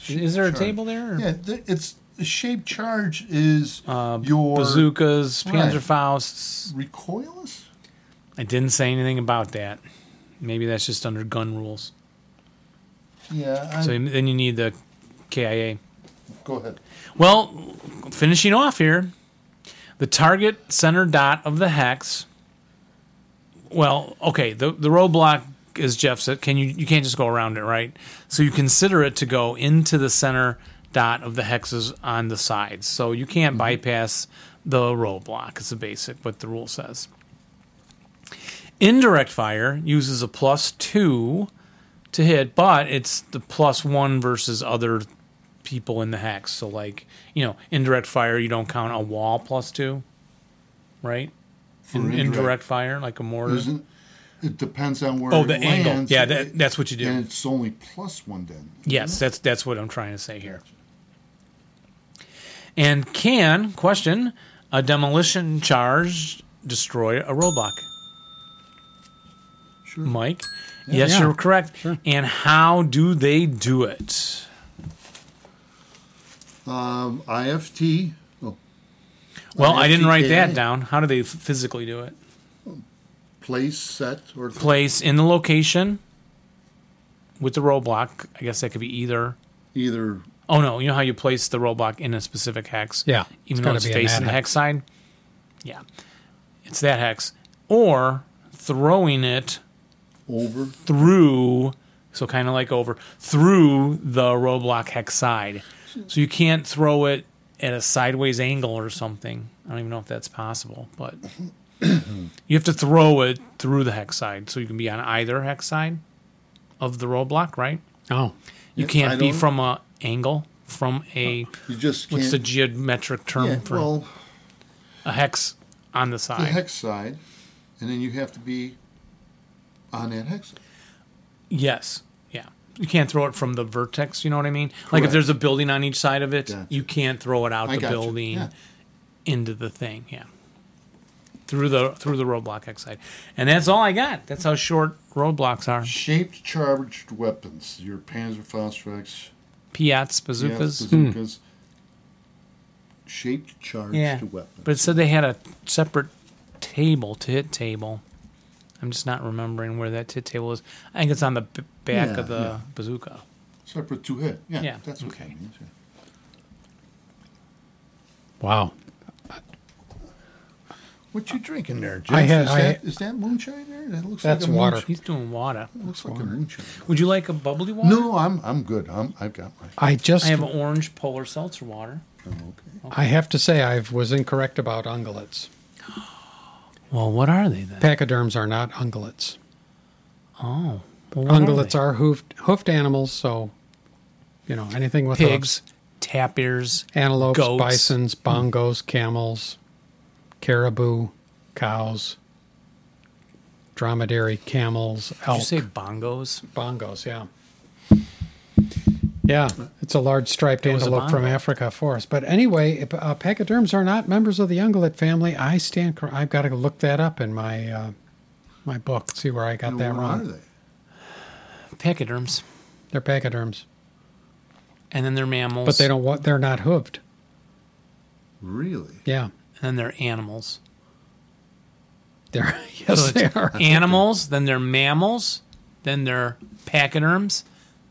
Mm-hmm. Is there a charge. table there? or- Yeah, th- it's the shape charge is Um, your Bazookas, Right. Panzerfausts. recoilless. I didn't say anything about that. Maybe that's just under gun rules. Yeah. I, So then you need the KIA. go ahead. Well, finishing off here, the target center dot of the hex. Well, okay, the the roadblock is Jeff said. Can you you can't just go around it, right? So you consider it to go into the center dot of the hexes on the sides. So you can't bypass the roadblock. It's a basic what the rule says. Indirect fire uses a plus two to hit, but it's the plus one versus other people in the hex. So like, you know, indirect fire, you don't count a wall plus two, right? For In- indirect. indirect. fire, like a mortar. Isn't it depends on where? oh, it the angle. lands. Yeah, It- that, that's what you do. And it's only plus one then. Yes, that's that's what I'm trying to say here. And can question a demolition charge destroy a roadblock? Sure. Mike, yes, Yeah. you're correct. And how do they do it? Um, IFT. Oh, Well, I didn't write IFTKA, that down. How do they f- physically do it? Place set or Place in the location with the roadblock. I guess that could be either. either. Oh no, you know how you place the roadblock in a specific hex. Yeah, even though gotta it's be in facing that the hex side. Yeah, it's that hex. Or throwing it Over through, so kind of like over, through the roadblock hex side. So you can't throw it at a sideways angle or something. I don't even know if that's possible, but you have to throw it through the hex side. So you can be on either hex side of the roadblock, right? Oh, You Yeah, I can't be don't- from a angle, from a You just can't. what's the geometric term yeah, for well, a hex on the the side. hex side, and then you have to be on that hex. side. Yes. Yeah. You can't throw it from the vertex, you know what I mean? Like if Correct. there's a building on each side of it, Gotcha. you can't throw it out I the got you. building Yeah. into the thing. Yeah. Through the through the roadblock hex side. And that's all I got. That's how short roadblocks are. Shaped charged weapons. Your Panzerfaustrex, Piats, yes, bazookas. Hmm. bazookas. Shaped charged Yeah. weapons. But it said they had a separate table, to hit table. I'm just not remembering where that tit table is. I think it's on the b- back Yeah, of the yeah. bazooka. Separate two hit. Yeah, Yeah, that's what okay. that means, yeah. Wow. What you drinking there, Jeff? I had- is, I- that, is that moonshine there? That looks That's like a water. He's doing water. Moonshine. Looks like a moonshine. Would you like a bubbly water? No, I'm I'm good. I'm I've got my. I just I I have have, orange polar seltzer water. I'm okay. to say I was incorrect about ungulates. Well, what are they then? Pachyderms are not ungulates. Oh, well, what Ungulates they? are hoofed hoofed animals, so you know, anything with a- pigs, tapirs, antelopes, Goats. bisons, bongos, camels, caribou, cows, dromedary, camels, Did elk. you say bongos? bongos, yeah. Yeah, it's a large striped It was a antelope from bongo. Africa for us. But anyway, if, uh, pachyderms are not members of the ungulate family. I stand. cor- I've got to look that up in my uh, my book. See where I got And that what are wrong. they? Pachyderms, They? are pachyderms, and then they're mammals, but they don't. wa- They're not hooved. Really? Yeah, And then they're animals. they're So yes, they it's are. animals, then they're mammals, then they're pachyderms,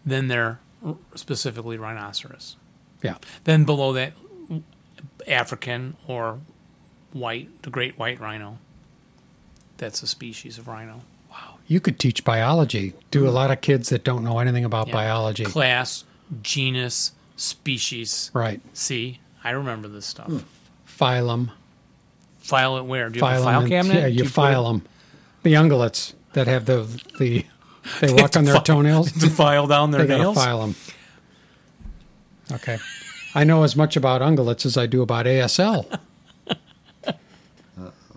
then they're r- specifically rhinoceros. Yeah, Then below that, w- African or white, the great white rhino. That's a species of rhino. you could teach biology. Do a lot of kids that don't know anything about Mm-hmm. Yeah. biology. Class, genus, species. right, Hmm. See, I remember this stuff. phylum. File it where? Do you have a file file them in- cabinet? Yeah, Do you, put file 'em. file them. The ungulates that have the the they walk to on their file- toenails. it- to file down their They gotta nails? file them. Okay, I know as much about ungulates as I do about ASL.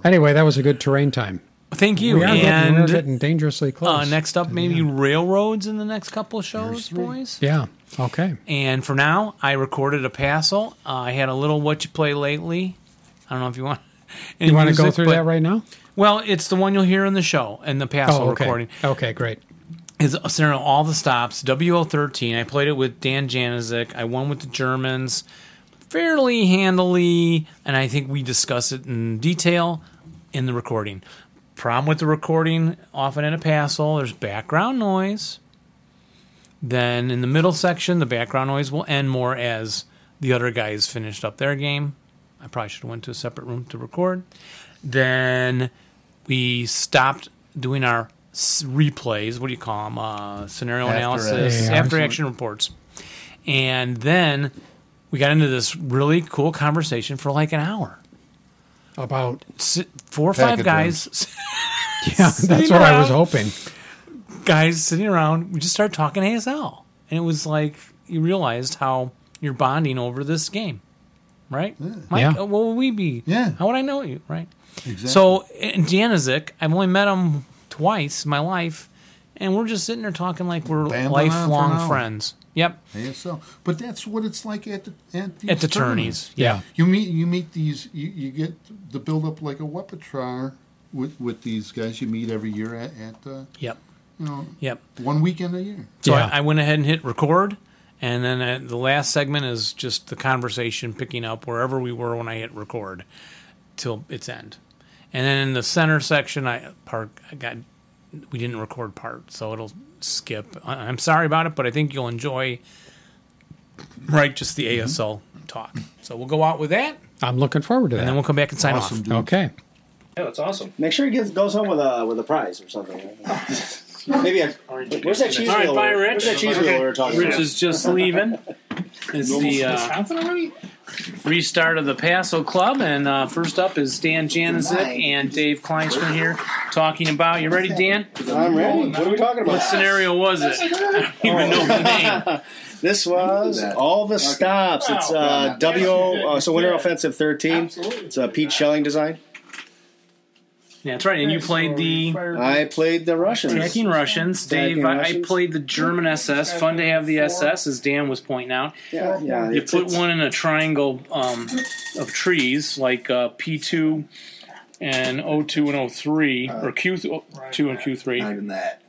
Anyway, that was a good terrain time. Thank you. We are, getting, we are and getting dangerously uh, close. next up, maybe railroads in the next couple of shows, boys. Yeah. Okay. And for now, I recorded a passel. Uh, I had a little what you play lately. I don't know if you want. You want to go through that right now? Well, it's the one you'll hear in the show and the passel Oh, okay. recording. Okay, great. is Cyrano all the stops. WO13. I played it with Dan Janicek. I won with the Germans fairly handily, and I think we discuss it in detail in the recording. Problem with the recording, often in a passel, there's background noise. Then in the middle section, the background noise will end more as the other guys finished up their game. I probably should have went to a separate room to record. Then we stopped doing our s- replays. What do you call them? Uh, scenario After analysis, action. after action reports. And then we got into this really cool conversation for like an hour. About S- Four or Packet five guys, yeah, that's what I was around. hoping. guys sitting around. We just started talking ASL, and it was like you realized how you're bonding over this game, right? Mike, Yeah. uh, what would we be? Yeah. How would I know you, right? Exactly. So and Janizik, I've only met him twice in my life, and we're just sitting there talking like we're Bamboing on for an lifelong hour. friends. Yep, ASL. But that's what it's like at the at the at the tourneys. Yeah. You meet you meet these you, you get the build up like a wepatriar with with these guys you meet every year at, at uh, Yep, you know yep. one weekend a year. So Yeah. I, I went ahead and hit record, and then uh, the last segment is just the conversation picking up wherever we were when I hit record till its end. And then in the center section, I park. I got we didn't record part, so it'll skip. I, I'm sorry about it, but I think you'll enjoy right just the ASL talk. So we'll go out with that, I'm looking forward to and then that. we'll come back and sign Awesome, off. dude. Okay. No, it's awesome. Make sure he gets, goes home with a with a prize or something. Maybe a. Where's that cheese All right, wheel? bye, we were- Rich. Where's that cheese wheel we were talking Rich about? is just leaving. It's the uh, restart of the Paso Club, and uh, first up is Dan Janicek and Dave Kleinschmidt here talking about. You ready, Dan? I'm ready. What are we talking about? Oh. What scenario was it? I don't even know the name. This was all the stops. It's uh, W. Uh, so Winter Offensive 13. It's a Pete Schelling design. Yeah, that's right. And you played the I played the Russians. attacking Russians. Attacking Dave, I- I Russians. played the German SS. Fun to have the SS, as Dan was pointing out. Yeah, yeah. You it's- put it's- one in a triangle um, of trees, like uh, P2 and O2 and O3, or Q2 and Q3. Not in that.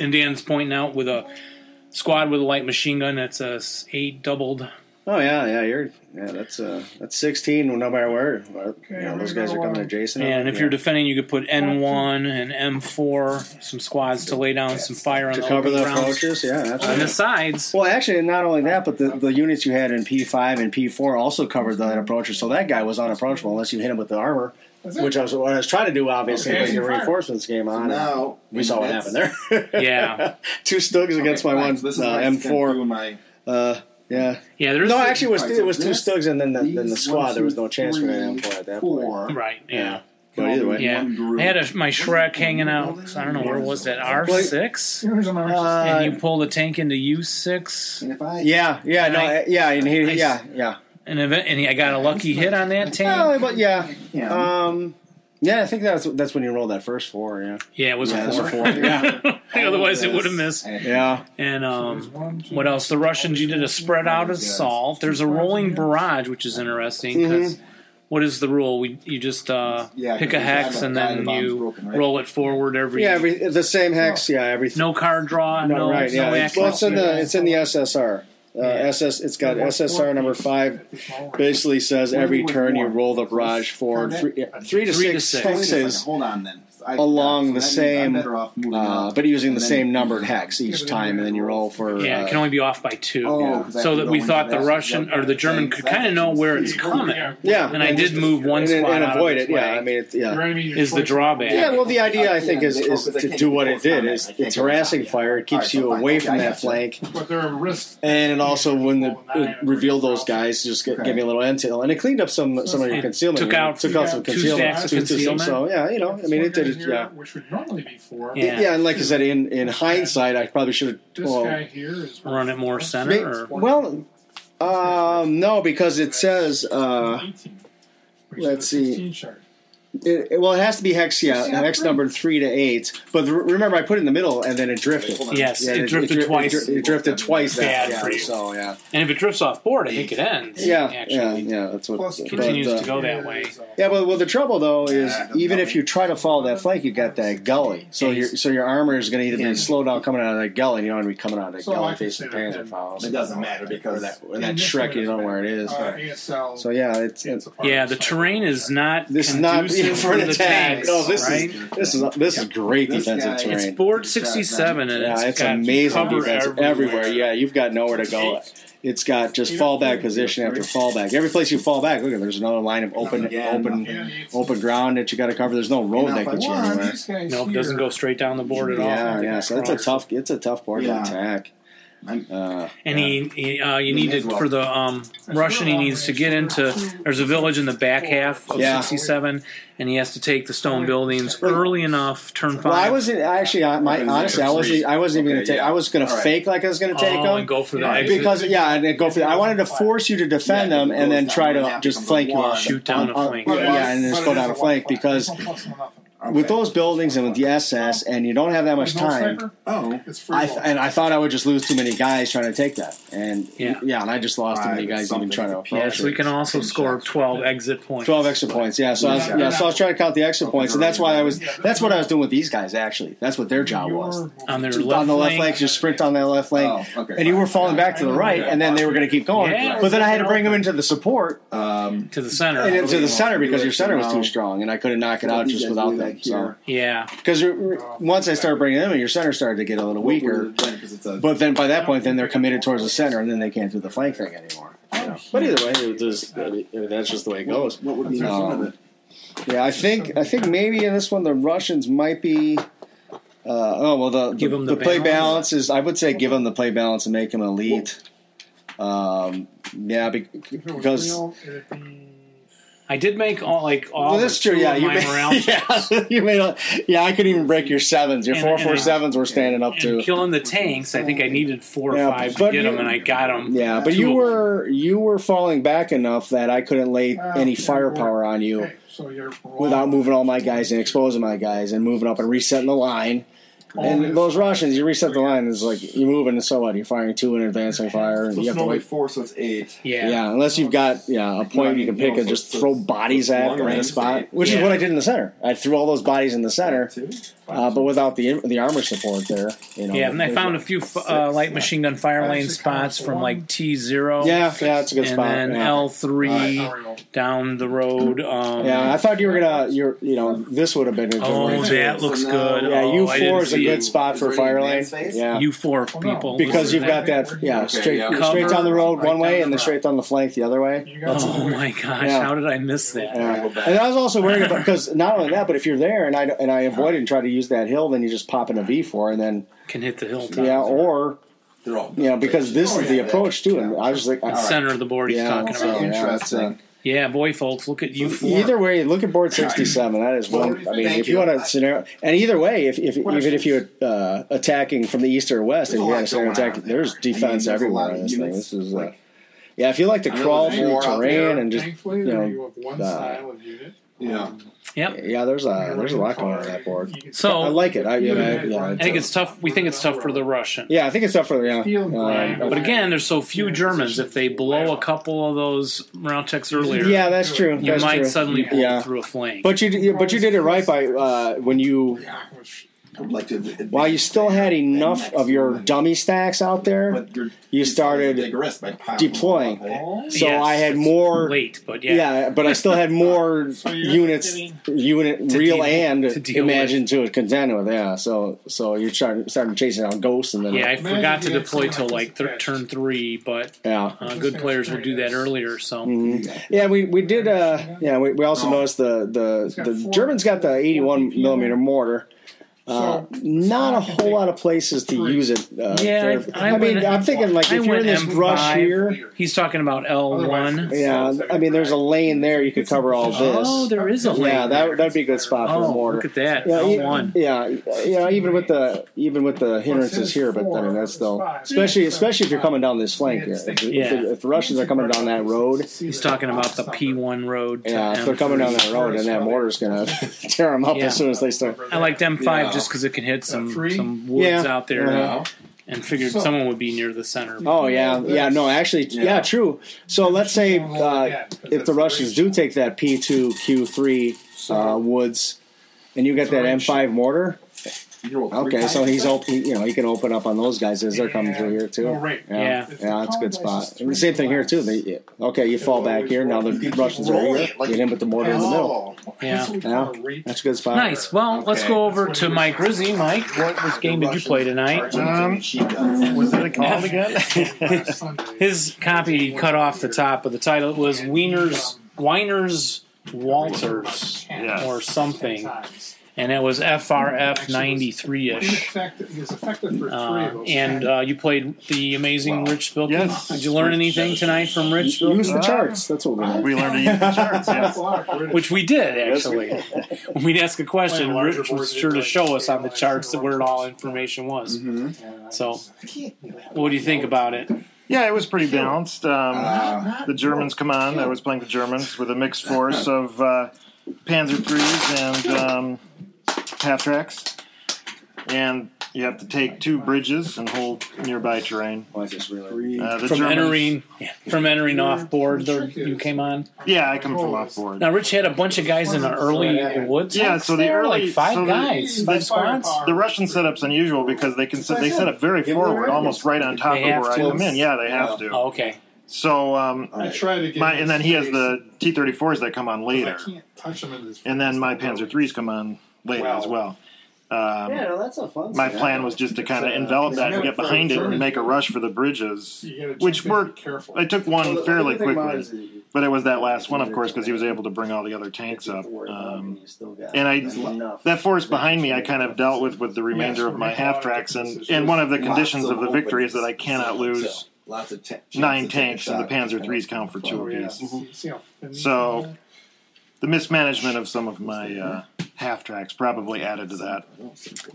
And Dan's pointing out with a squad with a light machine gun that's a s- eight doubled. Oh yeah, yeah. You're yeah. That's uh, that's 16. No matter where, Well, you know, those guys are coming adjacent. And if Yeah. you're defending, you could put N1 and M4, some squads to lay down some fire on to the cover open the ground. approaches, yeah, On the absolutely. sides, Well, actually, not only that, but the, the units you had in P5 and P4 also covered that approaches, so that guy was unapproachable unless you hit him with the armor, which I was what I was trying to do, obviously, Okay. when the reinforcements came on. and Now we saw what happened there. Yeah. two Stugs against my one uh, M4. My, Uh, yeah, yeah, there's no, actually, it was Alright, it was so two this- Stugs and then the, then the these squad. one, There was two, no chance for an three, M4 at that point. four. right, yeah, But either way, yeah. I had a, my Shrek hanging out. I don't know where was that R six, Uh, and you pull the tank into U six, And if I yeah, yeah, no, I- yeah, and he, I- yeah, yeah. and event, and I got a lucky hit on that tank. Oh, but yeah, Yeah. um, yeah. I think that's that's when you roll that first four. Yeah, Yeah, it was a Yeah, that's four. a four. yeah, Otherwise, it would have missed. yeah. And um, what else? The Russians, you did a spread out assault. There's a rolling barrage, which is interesting because is the rule? We you just uh, Yeah, pick 'cause a the hex diamond- and then diamond you bomb's broken, right? roll it forward every. Yeah, every the same hex. Yeah, everything. no card draw. No, right. no Yeah, it's, well, it's in accuracy. the it's in the SSR. Uh, Yeah. SS. It's got SSR number five. Basically says every turn you roll the barrage forward three, uh, three to Three to six six. Wait a second, hexes, hold on then. I- Along the that means same, I'm better off moving uh, up. but using And the then- same numbered hex each time, and then you roll for. Yeah, uh, it can only be off by two. Oh, yeah. 'cause I so have to that go we into thought the that. Russian or the German could kind of know where it's coming, yeah, and I did move one and, and squad out of avoid its it. Yeah, way. I mean, it's, yeah. Is the drawback? Yeah, well, the idea I Yeah, think is, they- because is they to can't do get what it both did on it. is They can't it's get both harassing on it. fire. It All right, keeps so you fine. away Okay, from I that gotcha. flank, But there are risks. and it also when the it revealed those guys, just g- Okay. gave me a little intel, and it cleaned up some some of your It concealment. took you know, out took out some two concealment, stacks of two- two- some- concealment. So yeah, you know, I mean, it did. it, Here, Yeah. Which would normally be four. Yeah. yeah, and like I said, in in hindsight, I probably should have. This guy Well, here is Run it more center, may- or well, um, no, because it says. Uh, 18, which let's is a see. 16 chart. it, it- well, it has to be hex, yeah, hex numbered three to eight. But the, remember, I put it in the middle, and then it drifted. yes, Yeah, it drifted dri- twice. It, dri- it drifted twice Bad that. Yeah, for you. so yeah, and if it drifts off board, I think it ends. yeah, yeah, actually, yeah. That's what Plus, but, continues uh, to go that way. Yeah, but well, the trouble though is Yeah, even if you try to follow that flank, you got that gully. So Yeah, your so your armor is going to either Yeah. be slowed down coming out of that gully, and you don't want to be coming out of that So gully I facing consider panzer it- fouls. It doesn't matter because Or that, or And that this Shrek, one you don't is know where it is. Uh, ASL. So yeah, it's, it's Yeah, the terrain is not. this is not conducive for an the attack. tanks, No, this right? is this is this is great This defensive guy- terrain. It's It's board sixty-seven, and Yeah, it's, it's got amazing cover defense everywhere. Yeah, you've got nowhere to go. It's got just fallback position after fallback. Every place you fall back, look at there's another line of open, Again, open, Yeah, it's- open ground that you got to cover. There's no road You know, that if I gets you want, anywhere. These guys No, it here- doesn't go straight down the board at all. Yeah, yeah. So it's a tough, it's a tough board Yeah. to attack. Uh, And he, he uh, you may need to as well. for the um, Russian. He needs to get into. There's a village in the back half of Yeah. sixty-seven, and he has to take the stone buildings early enough. Turn five. well, I wasn't actually. I, my honestly, I wasn't. I wasn't even gonna Okay, take. yeah. I was gonna All right. fake like I was gonna take oh, and them go for the Yeah, exit. because yeah, and then go for. I wanted to force you to defend Yeah, them and then because try that to would just happen flank to you one. on Shoot down on- a on- flank. But it is- Yeah, and then but just it go is down a one flank fight. because It's one plus one nothing. with those buildings and with the SS, and you don't have that much There's no time. sniper? Oh, It's free I roll. and I thought I would just lose too many guys trying to take that, and Yeah. yeah, and I just lost too many Right, guys even something trying to to approach yes, we it. can also score twelve exit points. Twelve extra points, yeah. So I was, Yeah. yeah, so I was trying to count the extra points, and that's why I was. Yeah. That's what I was doing with these guys. Actually, that's what their job Your was. movement. on their Just left on the left flank. flank, just sprint on that left flank, Oh, okay, and you fine. were falling back to the right, and then they were going to keep going. Yeah. But then I had to bring them into the support um, to the center. and into Okay. the center because your center was too strong, and I couldn't knock it out these just guys without really them. like So here. yeah, because once I started bringing them in, your center started to get a little weaker. because it's a- But then by that point, then they're committed towards the center, and then they can't do the flank thing anymore. you know. Oh, But either way, it was just, I mean, that's just the way it goes. what would be in Um, front of it? Yeah, I think I think maybe in this one the Russians might be. Uh, oh well, the Give the, 'em the play balance. balance is. I would say give them the play balance and make them elite. Um, yeah, be- If it was because real, it'd be I did make all like all. Well, that's but two true. Yeah, of you mine made, were out. yeah, you made a, yeah. I couldn't even break your sevens. Your And- four and four I- sevens were standing up to. and killing the tanks. I think I needed four Yeah, or five to but get you- them, and I got them. Yeah, but you were you were falling back enough that I couldn't lay Oh, any firepower on you So you're without moving all my guys and exposing my guys and moving up and resetting the line. Only- And those Russians, you reset the line, it's like you're moving, and so what? You're firing two and advancing fire, and So you it's have to normally wait. four, so it's eight. Yeah. unless you've got yeah a point you can pick and just throw bodies at long at a range. spot, which is what I did in the center. I threw all those bodies in the center, uh, but without the the armor support there. You know, yeah, and I there's- found a few uh, light machine gun fire lane spots from like T zero. Yeah, yeah, it's a good and spot, then yeah. L three down the road. Um, Yeah, I thought you were gonna. You're, you know, this would have been. A good Oh, one, too. that looks good. Yeah, Oh, U I four didn't is a see good it. spot for Is it fire in lane. man's face? Yeah, U four people because Listen you've to got that. Yeah, Okay, straight yeah. straight down the road Cover, one way, right and then straight down the flank the other way. Oh my gosh! Yeah. How did I miss that? And I was also worried about because not only that, but if you're there and I and I avoided and try to use that hill, then you just pop in a V four and then Can hit the hilltop. yeah, or you know because this Oh, is the yeah, approach too. And I was like, The I- center of the board he's Yeah, talking so, about. yeah, it's, uh, Yeah, boy, folks, look at you four. Either way, look at board sixty-seven. That is one. I mean, Thank if you. you want a scenario, and either way, if, if even if you're uh, attacking from the east or west, and There's a you lot had a scenario going on attack, there's defense there's a lot everywhere of in this thing. units, This is uh, yeah. If you like to crawl there's through more out terrain there, and just Thankfully, you you, know, have one uh, style of unit. Um, Yeah. Yep. Yeah, there's a Uh, there's a lot going on in that board. So I like it. I, yeah, I, yeah, I think it's tough. We think it's tough for the Russian. yeah. I think it's up for yeah. Right. Uh, But again, there's so few Germans. If they blow a couple of those round checks earlier, Yeah, that's true. You That's might true. suddenly blow Yeah. through a flank. But you, you- but you did it right by uh, when you. While you still had enough of your dummy stacks out there, you started deploying. So Yes, I had more late, but yeah. but I still had more units, unit To real deal- and to deal imagined to contend with. Yeah, so so you're starting starting chasing down ghosts and then Yeah, I forgot to deploy till like thir- turn three, but Yeah. uh, good players will do that earlier. So Mhm. Yeah, we we did. Uh, yeah, we, we also noticed the the the Germans got the 81 millimeter mortar. Uh, not a whole lot of places to use it. Uh, yeah, for- I, I, mean, went- I'm thinking like I if you're in went this M5. brush here, he's talking about L one. yeah. I mean, there's a lane there you could cover all this. Oh, there is a Yeah, lane that that'd be a good spot for Oh, the mortar. look at that. Yeah, L e- one. yeah, you know, even with the even with the hindrances here, but I mean that's still especially especially if you're coming down this flank here. If, the- if the, if the Russians are coming down that road, He's talking about the P one road. to yeah, if they're M3. coming down that road, and that mortar's gonna tear them up Yeah. as soon as they start. I liked M five Yeah. just because it can hit some some woods Yeah. out there, Yeah. and figured So- someone would be near the center. Oh yeah, yeah. No, actually, yeah, true. So let's say uh, if the Russians do take that P two Q three uh, woods, and you get that M five mortar. Okay, so he's open. You know, he can open up on those guys as they're coming through here too. Yeah. Right. yeah, Yeah. yeah, that's a good spot. And the same thing here too. They, yeah. okay, you fall back here. Now the Russians are here. Hit him with the mortar in the middle. Yeah. yeah, that's a good spot. Nice. Well, let's Okay. go over to Mike Rizzi. Mike, what was game did you play tonight? Um, was it a call again? His copy cut off the top of the title. It was Wiener's Weiner's Walters or something, and it was FRF ninety three ish. Effective, he was effective for three of Uh, those. and uh, you played the amazing Rich Spilkey. Did you learn anything tonight from Rich? Spilkey? Use the charts. That's what we uh, learned. We learned to use the charts. Which we did Yes, we actually. when we'd ask a question, Rich was sure to show us on the charts that where it all information was. So, what do you think about it? Yeah, it was pretty balanced. Um, the Germans come on. I was playing the Germans with a mixed force of uh, Panzer threes and um, half tracks, and you have to take two bridges and hold nearby terrain. Uh, the from Germans- entering from entering off board, there, you came on. Yeah, I come from off board. Now Rich had a bunch of guys in the early woods. Yeah, so the there, early like five so the- guys, the, five squads. The Russian setup's unusual because they can set, they set up very forward, almost right on top They of where have I to. come in. Yeah, they have to. Oh, okay. So um, I try to get my, and then he has the T thirty fours that come on later, I can't touch him in this. and then my Panzer threes come on later as well. Um, no, that's a fun. my plan was just to kind of Uh, envelop that and yeah, get behind it sure. and make a rush for the bridges, You gotta which jump in and worked. be careful. I took one Well, the- fairly the thing about it is that quickly, but it was that last one, of course, because he was able to bring all the other tanks up. Um, and I, that force behind me, I kind of dealt with with the remainder of my half tracks, and and one of the Lots conditions of of the victory is that I cannot lose Lots of ta- nine chances to take tanks, and the shots. Oh, Panzer threes count for two apiece. See how thin- So the mismanagement of some of my uh, half tracks probably added to that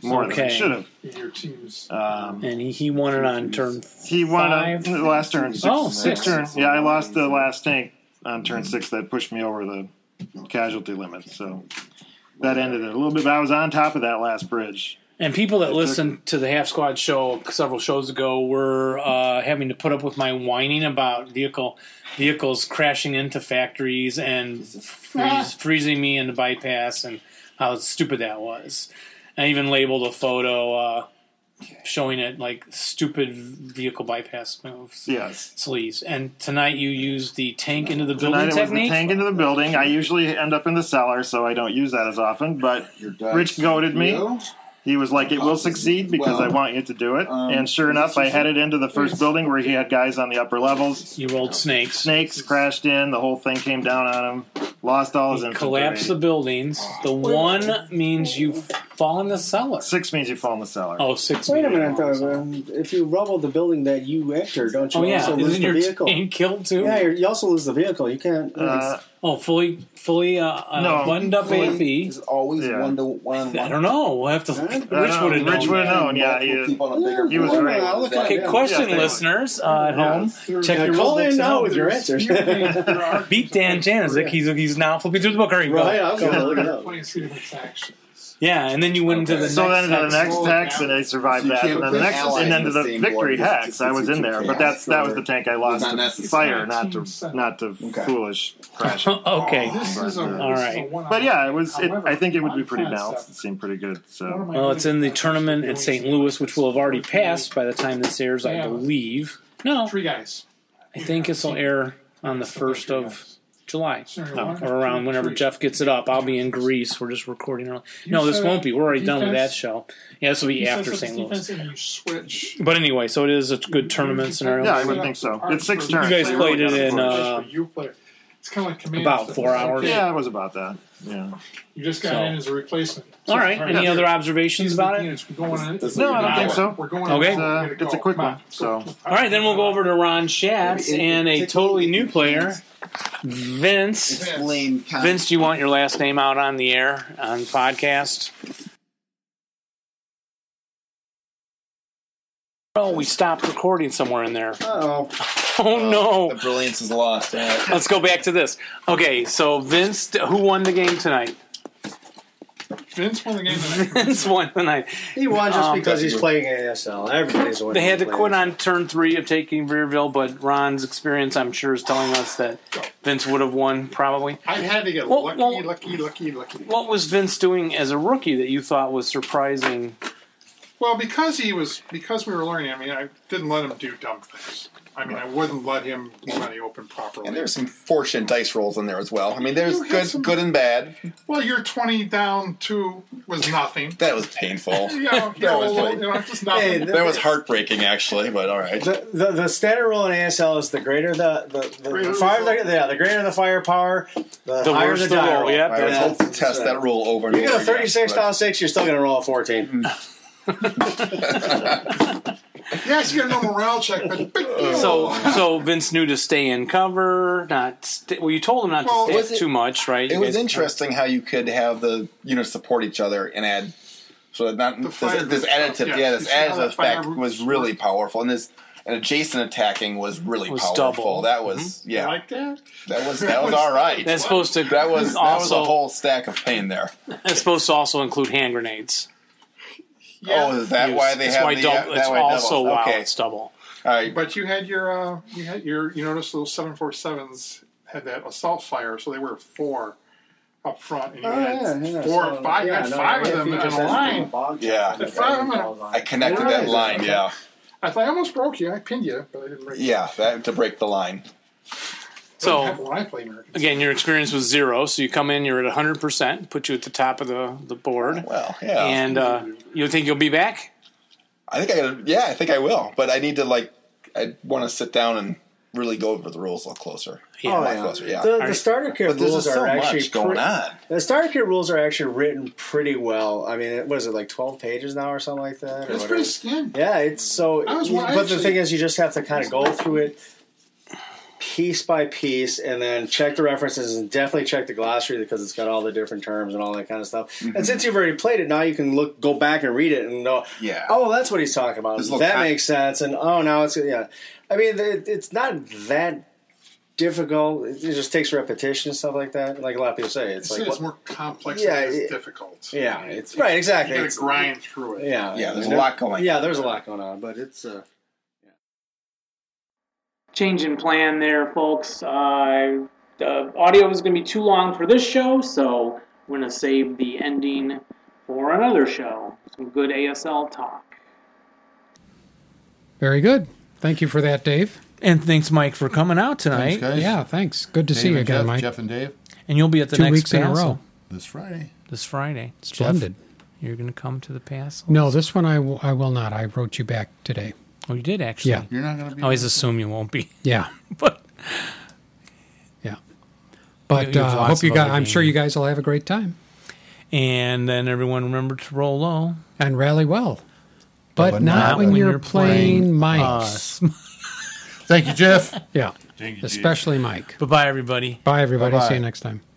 more than it should have. Your team's Um, and he, he won it on turn. He won on Five? the last turn. Six, Oh, six. six turn. Yeah, I lost the last tank on turn six. That pushed me over the casualty limit. So that ended it a little bit. But I was on top of that last bridge. And people that listened to the Half Squad show several shows ago were uh, having to put up with my whining about vehicle vehicles crashing into factories and freeze, freezing me in the bypass and how stupid that was. I even labeled a photo uh, showing it like stupid vehicle bypass moves. Yes. Sleaze. And tonight you used the tank into the Tonight building it was the technique. tank into the building. I usually end up in the cellar, so I don't use that as often. But Rich goaded me. He was like, "It will succeed because I want you to do it." and sure enough, I headed into the first building where he had guys on the upper levels. You rolled snakes. Snakes crashed in. The whole thing came down on him. Lost all his infantry. Collapse the buildings. Oh. The one means you fall in the cellar. Six means you fall in the cellar. Oh, six. Wait a means- minute, though. um, If you rubble the building that you enter, don't you Oh yeah, also lose isn't the your vehicle? tank killed too? Yeah, you're, you also lose the vehicle. You can't. Uh, oh, fully, fully uh, uh, No. buttoned up Fully AFE. Is always one to one. I don't know. We'll have to. Rich would have known. Uh, Rich would have known. Yeah, he, People on a bigger he was board. right. Okay, question listeners uh, at home. Check Yeah, your rule call in books now out. with your answers. Beat Dan Janicek. He's he's now flipping through the book. All right, go. Playing three different factions. Yeah, and then you went into the so next then to the hex. next hex, and I survived So you that, can't and then put the next, allies and then in to the the same board, victory just- hex. just I was to in there, chaos but that's that was the tank I lost Not to necessary. fire, not to not to foolish crash. okay, Oh, all right. But yeah, it was. It, I think it would be pretty balanced. It seemed pretty good. So Well, it's in the tournament at St. Louis, which will have already passed by the time this airs, I believe. No, three guys. I think this will air on the first of July, Oh. or around whenever Jeff gets it up. I'll be in Greece. We're just recording. early. No, You this said won't be. We're already done with that defense- show. Yeah, this will be You set after up St. the Louis. defense and you switch. But anyway, so it is a good tournament scenario. Yeah, I would think so. It's six turns. You guys They played really it got in it. uh, You play. It's kind of like command. about stuff. four hours. yeah, it was about that. Yeah. You just got So- in as a replacement. All right. Any Yeah. other observations about it? We're going in. No, I don't think so. We're going Okay. in. We're gonna uh, It's a go. quick Come on. one. So All right, then we'll go over to Ron Schatz and a totally new player, Vince. Vince, do you want your last name out on the air on podcast? Oh, we stopped recording somewhere in there. Oh, oh no! The brilliance is lost. Uh, Let's go back to this. Okay, so Vince, who won the game tonight? Vince won the game tonight. Vince won tonight. He won just Um, because he's playing ASL. Everybody's winning. They had to playing. quit on turn three of taking Rearville, but Ron's experience, I'm sure, is telling us that Vince would have won probably. I had to get Well, lucky, well- lucky, lucky, lucky. What was Vince doing as a rookie that you thought was surprising? Well, because he was because we were learning. I mean, I didn't let him do dumb things. I mean, I wouldn't let him do any open properly. and there's some fortune dice rolls in there as well. I mean, there's You had good, some- good and bad. Well, your twenty down two was nothing. That was painful. Yeah, you that know, was you like, know, just nothing. Hey, that was heartbreaking, actually. But all right. The, the, the standard rule in ASL is the greater the the, the, Greater the the farther the, yeah, the greater the firepower, the, The higher worse the the die roll, roll. yep. I would Yeah, hope to that's- test that rule over and You over get a again, thirty six but- down six, you're still gonna roll a Mm-hmm. fourteen. Yes, you get a morale check, but big deal. So, so Vince knew to stay in cover, not. St- well, you told him not Well, to stay was up it- too much, right? It You was guys- interesting how you could have the units support each other and add. So that not this, fire this groups, additive, yeah. yeah, this You see how additive that fire effect was really powerful, and this and adjacent attacking was really Was powerful. double. That was Mm-hmm. yeah, like that. that was that was all right. That's supposed to. that was that was also. a whole stack of pain there. That's supposed to also include hand grenades. Oh, is that Use. why they That's have why the uh, double- that that's way also doubles. why okay. it's double. All right, But you had your, uh, you had your, you noticed those seven four sevens had that assault fire, so they were four up front, and you Oh, had yeah, yeah, four so- or five, you yeah, had no, five if of them you in just a had line. yeah, Had five of them in a- I connected that line. Yeah, I thought I almost broke you. I pinned you, but I didn't break. you. yeah, that to break the line. So- What happened when I play American. Again, your experience was zero, so you come in, you're at 100%, put you at the top of the, the board. Well, yeah. And uh, you think you'll be back? I think I gotta, yeah, I think I will, but I need to like I want to sit down and really go over the rules a little closer. a lot closer. Yeah. The, the starter kit But there's rules are just so much actually going pre- on. The starter kit rules are actually written pretty well. I mean, it, what is it like twelve pages now or something like that? or It's whatever? pretty skin. Yeah, it's so. I was you- wa- I but the actually- thing is, you just have to kind of go through it piece by piece and then check the references and definitely check the glossary because it's got all the different terms and all that kind of stuff. Mm-hmm. And since you've already played it, now you can look go back and read it and know, yeah, oh, that's what he's talking about. This little That con- makes sense. And oh, now it's yeah. I mean, it, it's not that difficult. It just takes repetition and stuff like that. Like a lot of people say, it's It's, like it's what- more complex Yeah, than it it- is difficult. yeah, it's right, exactly. You gotta It's- grind through it. Yeah, I mean, there- Yeah, there's a lot going on, but it's uh, change in plan there, folks. Uh, the audio is going to be too long for this show, so we're going to save the ending for another show. Some good ASL talk. Very good. Thank you for that, Dave. And thanks, Mike, for coming out tonight. Thanks, guys. Yeah, thanks. Good to see you again, Mike. Jeff and Dave. And you'll be at the Two next weeks in a Passel row. This Friday. This Friday. Jeff, Splendid. you're going to come to the pass. No, this one I w- I will not. I wrote you back today. Oh, you did actually. Yeah. You're not going to Oh, I always assume you won't be. Yeah. but yeah. You- But you uh, have I lots hope you of guys. other I'm sure games. you guys will have a great time And then everyone remember to roll low. and rally well. But, not, when, you're, playing, Mike. us. Thank you, Jeff. yeah, Thank you, Jeff. especially Mike. Bye bye, everybody. Bye, everybody. Bye-bye. See you next time.